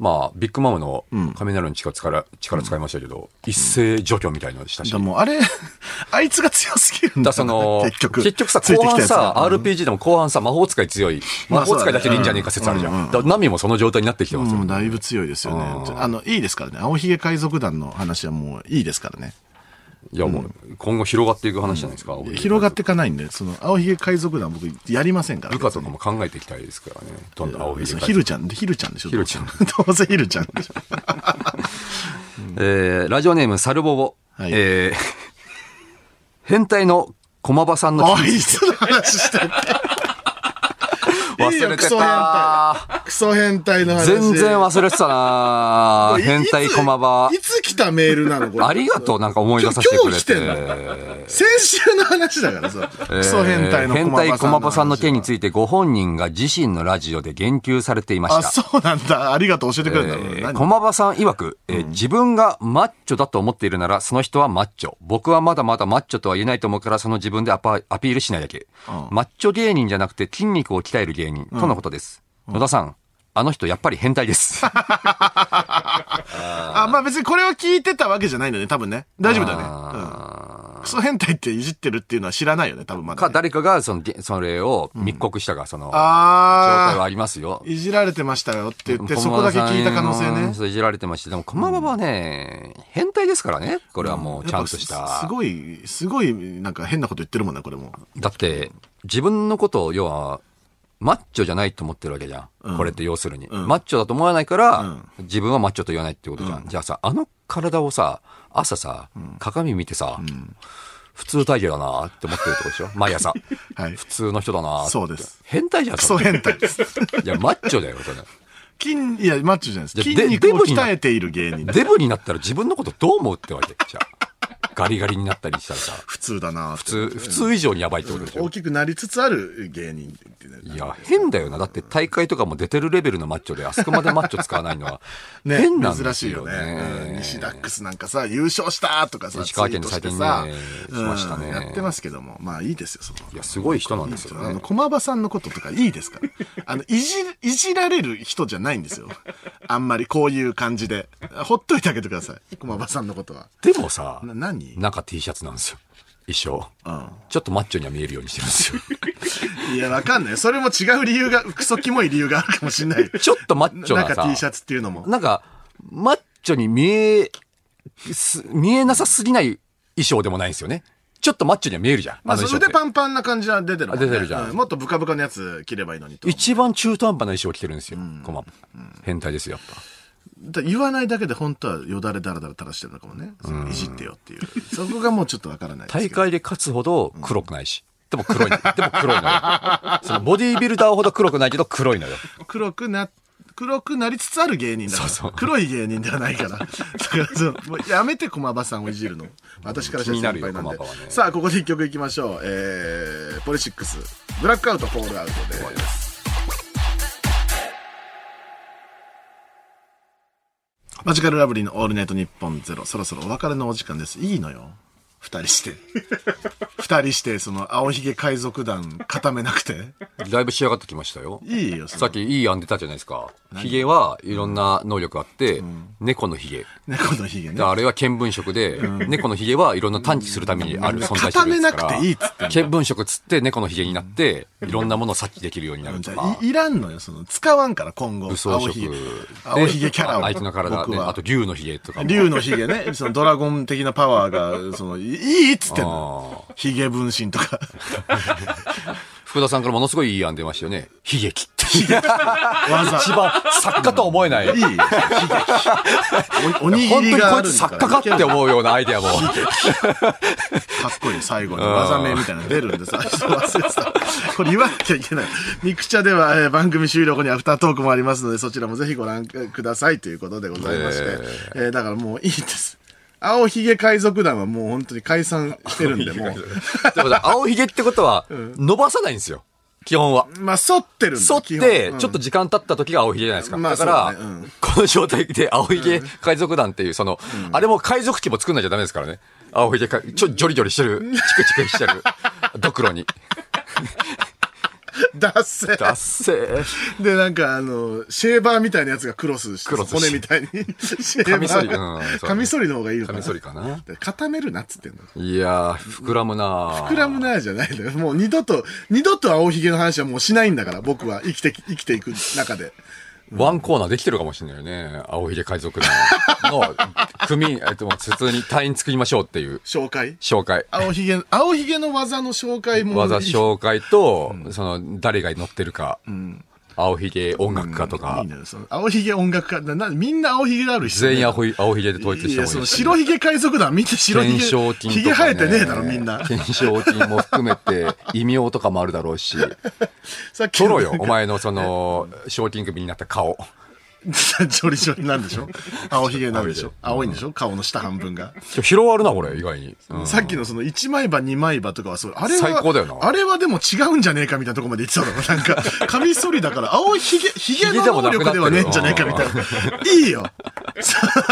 まあ、ビッグマムの雷の力使,、力使いましたけど、一斉除去みたいなのしたし。でも、あれ、 (laughs) あいつが強すぎるんだ、だその (laughs) 結局。さ、ついてきた後半やつさが、 RPG でも後半さ、魔法使い強い。ま魔あそうだね法使いだけでいいんじゃねえか説あるじゃん。うんうんうんだからナミもその状態になってきてますよ。うん、だいぶ強いですよね。あの、いいですからね。青ひげ海賊団の話はもういいですからね。いや、もう、今後広がっていく話じゃないですか。広がっていかないんで、その、青ひげ海賊団僕やりませんから、部下とかも考えていきたいですからね。どんどん青いそうヒルちゃん、ヒルちゃんでしょヒルちゃん。どうせヒルちゃんでしょ。(laughs) えーラジオネーム、サルボボ。はいえー (laughs) 変態の駒場さんのあいつ (laughs) の話してて。忘いいよれクてソた。クソ変態の話。全然忘れてたな (laughs) これい変態駒場い。ついつ来たメールなのこれ。ありがとう、なんか思い出させてく今れ日来て。てん先週の話だからさ。クソ変態のえー変態駒場さんの件にいて。ついてご本人が自身のラジオで言及されていましあ、た。そうなんだ。ありがとう。教えてくれるんだろうえね。ー何駒場さん曰く、えー自分がマッチョだと思っているなら、その人はマッチョ。僕はまだまだマッチョとは言えないと思うから、その自分でアパアピールしないだけ、うんマッチョ芸人じゃなくて筋肉を鍛える芸人、とのことです。野田さん、あの人やっぱり変 (laughs) 態です。あ、まあ別にこれを聞いてたわけじゃないんだね、多分ね。大丈夫だね。あうん。クソ変態っていじってるっていうのは知らないよね、多分まーか、だね。誰かが、その、げそれを密告したが、その、状態あはあ。ありますよ。いじられてましたよって言って、そ駒こだ場けさん聞いた可能性ね。そういじられてまして、でも、駒場はね、変態ですからね。これはもう、ちゃんとしやっぱすす。たごい、すごい、なんか変なこと言ってるもんな、これも。だって、自分のことを、要は、マッチョじゃないと思ってるわけじゃん。これって要するに。マッチョだと思わないから、自分はマッチョと言わないってことじゃん。じゃあさ、あの体をさ、朝さ、鏡見てさ、普通体型だなって思ってるとこでしょ毎 (laughs) 朝。はい普通の人だなってそうです。変態じゃん。クソ変態 (laughs) です。いや、マッチョだよ、それ。筋、いや、マッチョじゃないです。じゃ筋デ肉をブにな鍛えている芸人。デブになったら自分のことどう思うってわけじゃあガリガリになったりしたらさ、普通だな普普通、普通以上にやばいってことでしょ大きくなりつつある芸人ってねいや、変だよな。だって大会とかも出てるレベルのマッチョで、あそこまでマッチョ使わないのは、 (laughs) ね、変なんで珍すしいよよねね。うん西ダックスなんかさ、優勝したとかさ、石川県でツイートして最近ねしましたねうんやってますけども、まあいいですよ、その。いや、すごい人なんですよあの、ね。駒場さんのこととかいいです (laughs) から。あの、いじ、いじられる人じゃないんですよ。あんまりこういう感じで。ほっといてあげてください。駒場さんのことは。でもさ、な、何中 T シャツなんですよ。衣装。うん。ちょっとマッチョには見えるようにしてるんですよ。 (laughs) いや、わかんない。それも違う理由が、クソキモい理由があるかもしれない。 (laughs) ちょっとマッチ (laughs) ョなんなか T シさ、ャツっていうのも。なんか、マッチョに見え、す見えなさすぎない衣装でもないんですよね。ちょっとマッチョには見えるじゃん。まあ、のそう衣装腕ってパンパンな感じは出てるもんね、あ出てるじゃんうもっとブカブカのやつ着ればいいのにと。一番中途半端な衣装を着てるんですよ。こま変態ですよ、やっぱ。だ言わないだけで本当はよだれだらだら垂らしてるのかもね。そのいじってよっていう。そこがもうちょっとわからないですけ大ど。会で勝つほど黒くないし。でも黒い。でも黒いのよ。 (laughs) そのボディービルダーほど黒くないけど黒いのよ。黒くな、黒くなりつつある芸人だから。黒い芸人ではないから。だからその、もうやめて駒場さんをいじるの。私からしたら先輩気になんで。なるよ駒場はねさあ、ここで一曲いきましょう。えー、ポリシックス、ブラックアウト、ホールアウトです。マジカルラブリーのオールナイトニッポンゼロ。そろそろお別れのお時間です。いいのよ。二人して。二人して、その、青ひげ海賊団固めなくて。だいぶ仕上がってきましたよ。いいよ、そのさっきいい案出たじゃないですか。ヒゲはいろんな能力あって、猫のヒゲ。猫のひげね。であれは見聞色で、猫のヒゲはいろんな探知するためにある存在して固るめんでなすかくら。ていいっつってんの見聞色つって猫のヒゲになって、いろんなものを察知できるようになるじとゃか。いいらんのよ、その、使わんから、今後。武装色青ひげで。青ひげキャラを。相手の体、僕ね、はあと竜のヒゲとかも。竜のひげね、 (laughs) そのドラゴン的なパワーが、その、いいっつってんの。ひげ分身とか。 (laughs) 福田さんからものすごいいい案出ましたよね。悲劇って。技。一番作家とは思えない。いいよひげおおにぎ (laughs) 本り当にがこあいるつんだか作ら家かって思うようなアイデアも。かっこいい、最後に技名みたいなの出るんでさ、 (laughs) そう忘れてた。これ言わなきゃいけない。ミクチャでは、えー番組終了後にアフタートークもありますので、そちらもぜひご覧くださいということでございまして。えーだからもういいです。青ひげ海賊団はもう本当に解散してるんで、もう。でもさ青ひげってことは、伸ばさないんですよ。基本は。まあ、反ってるんだ剃って、ちょっと。と時間経った時が青ひげじゃないですか。まあだから、そうだねうんこの状態で青ひげ海賊団っていう、その、あれも海賊旗も作んなきゃダメですからね。青ひげか、ちょ、ジョリジョリしてる。チクチクして (laughs) る。ドクロに。ダッセーダッセー。で、なんか、あの、シェーバーみたいなやつがクロスしてクさ、ロスして骨みたいに。シェーバーカミソリうんそうカミソリの方がいいのかカな。ミソリかな。で固めるなっつってんの。いやー、膨らむなー膨らむなーじゃないのよ。もう二度と、二度と青ひげの話はもうしないんだから、僕は生きてき、生きていく中で。ワンコーナーできてるかもしれないよね。青ひげ海賊団の (laughs) 組、えっと、もう普通に隊員作りましょうっていう紹介。紹介。青ひげ、青ひげの技の紹介も。技紹介と、その、誰が乗ってるか、青ひげ音楽家といかい、のよ、その、青ひげ音楽家。な、な、みんな青ひげである人、全員青ひ青ひげで統一いしてや、もいそいの、です白ひげ海賊団、みんな白ひげ。懸賞金とか、ね。ひげ生えてねえだろ、みんな。懸賞金も含めて、異名とかもあるだろ (laughs) うし、さっき取ろうよなん、かお前のその、賞金首になった顔。 (laughs) ジョリジョリなんでしょ青ひげなんでしょ青いんでしょ顔の下半分が。ちょ広がるな、これ、意外に。うんさっきのその1枚刃2枚刃とかはそう、あれは、最高だよなあれはでも違うんじゃねえかみたいなとこまで言ってたの。な (laughs) んか、カミソリだから、青ひげ、ひげひげでのも能な力くなってでるはねえんじゃねえかみたいな。いいよ (laughs)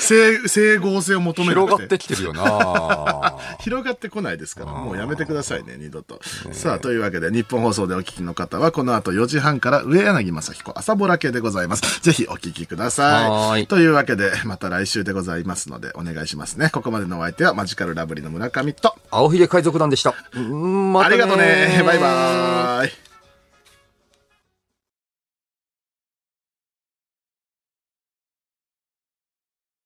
整整合性を求める広がってきてるよな広がってこないですから、もうやめてくださいね、二度と。さあ、というわけで、日本放送でお聞きの方は、この後4時半から、上柳正彦朝ぼら系でございます。ぜひお聞きください。はーいというわけで、また来週でございますので、お願いしますね。ここまでのお相手は、マジカルラブリーの村上と、青ひげ海賊団でした。うんまたありがとうね。バイイ。バーイ。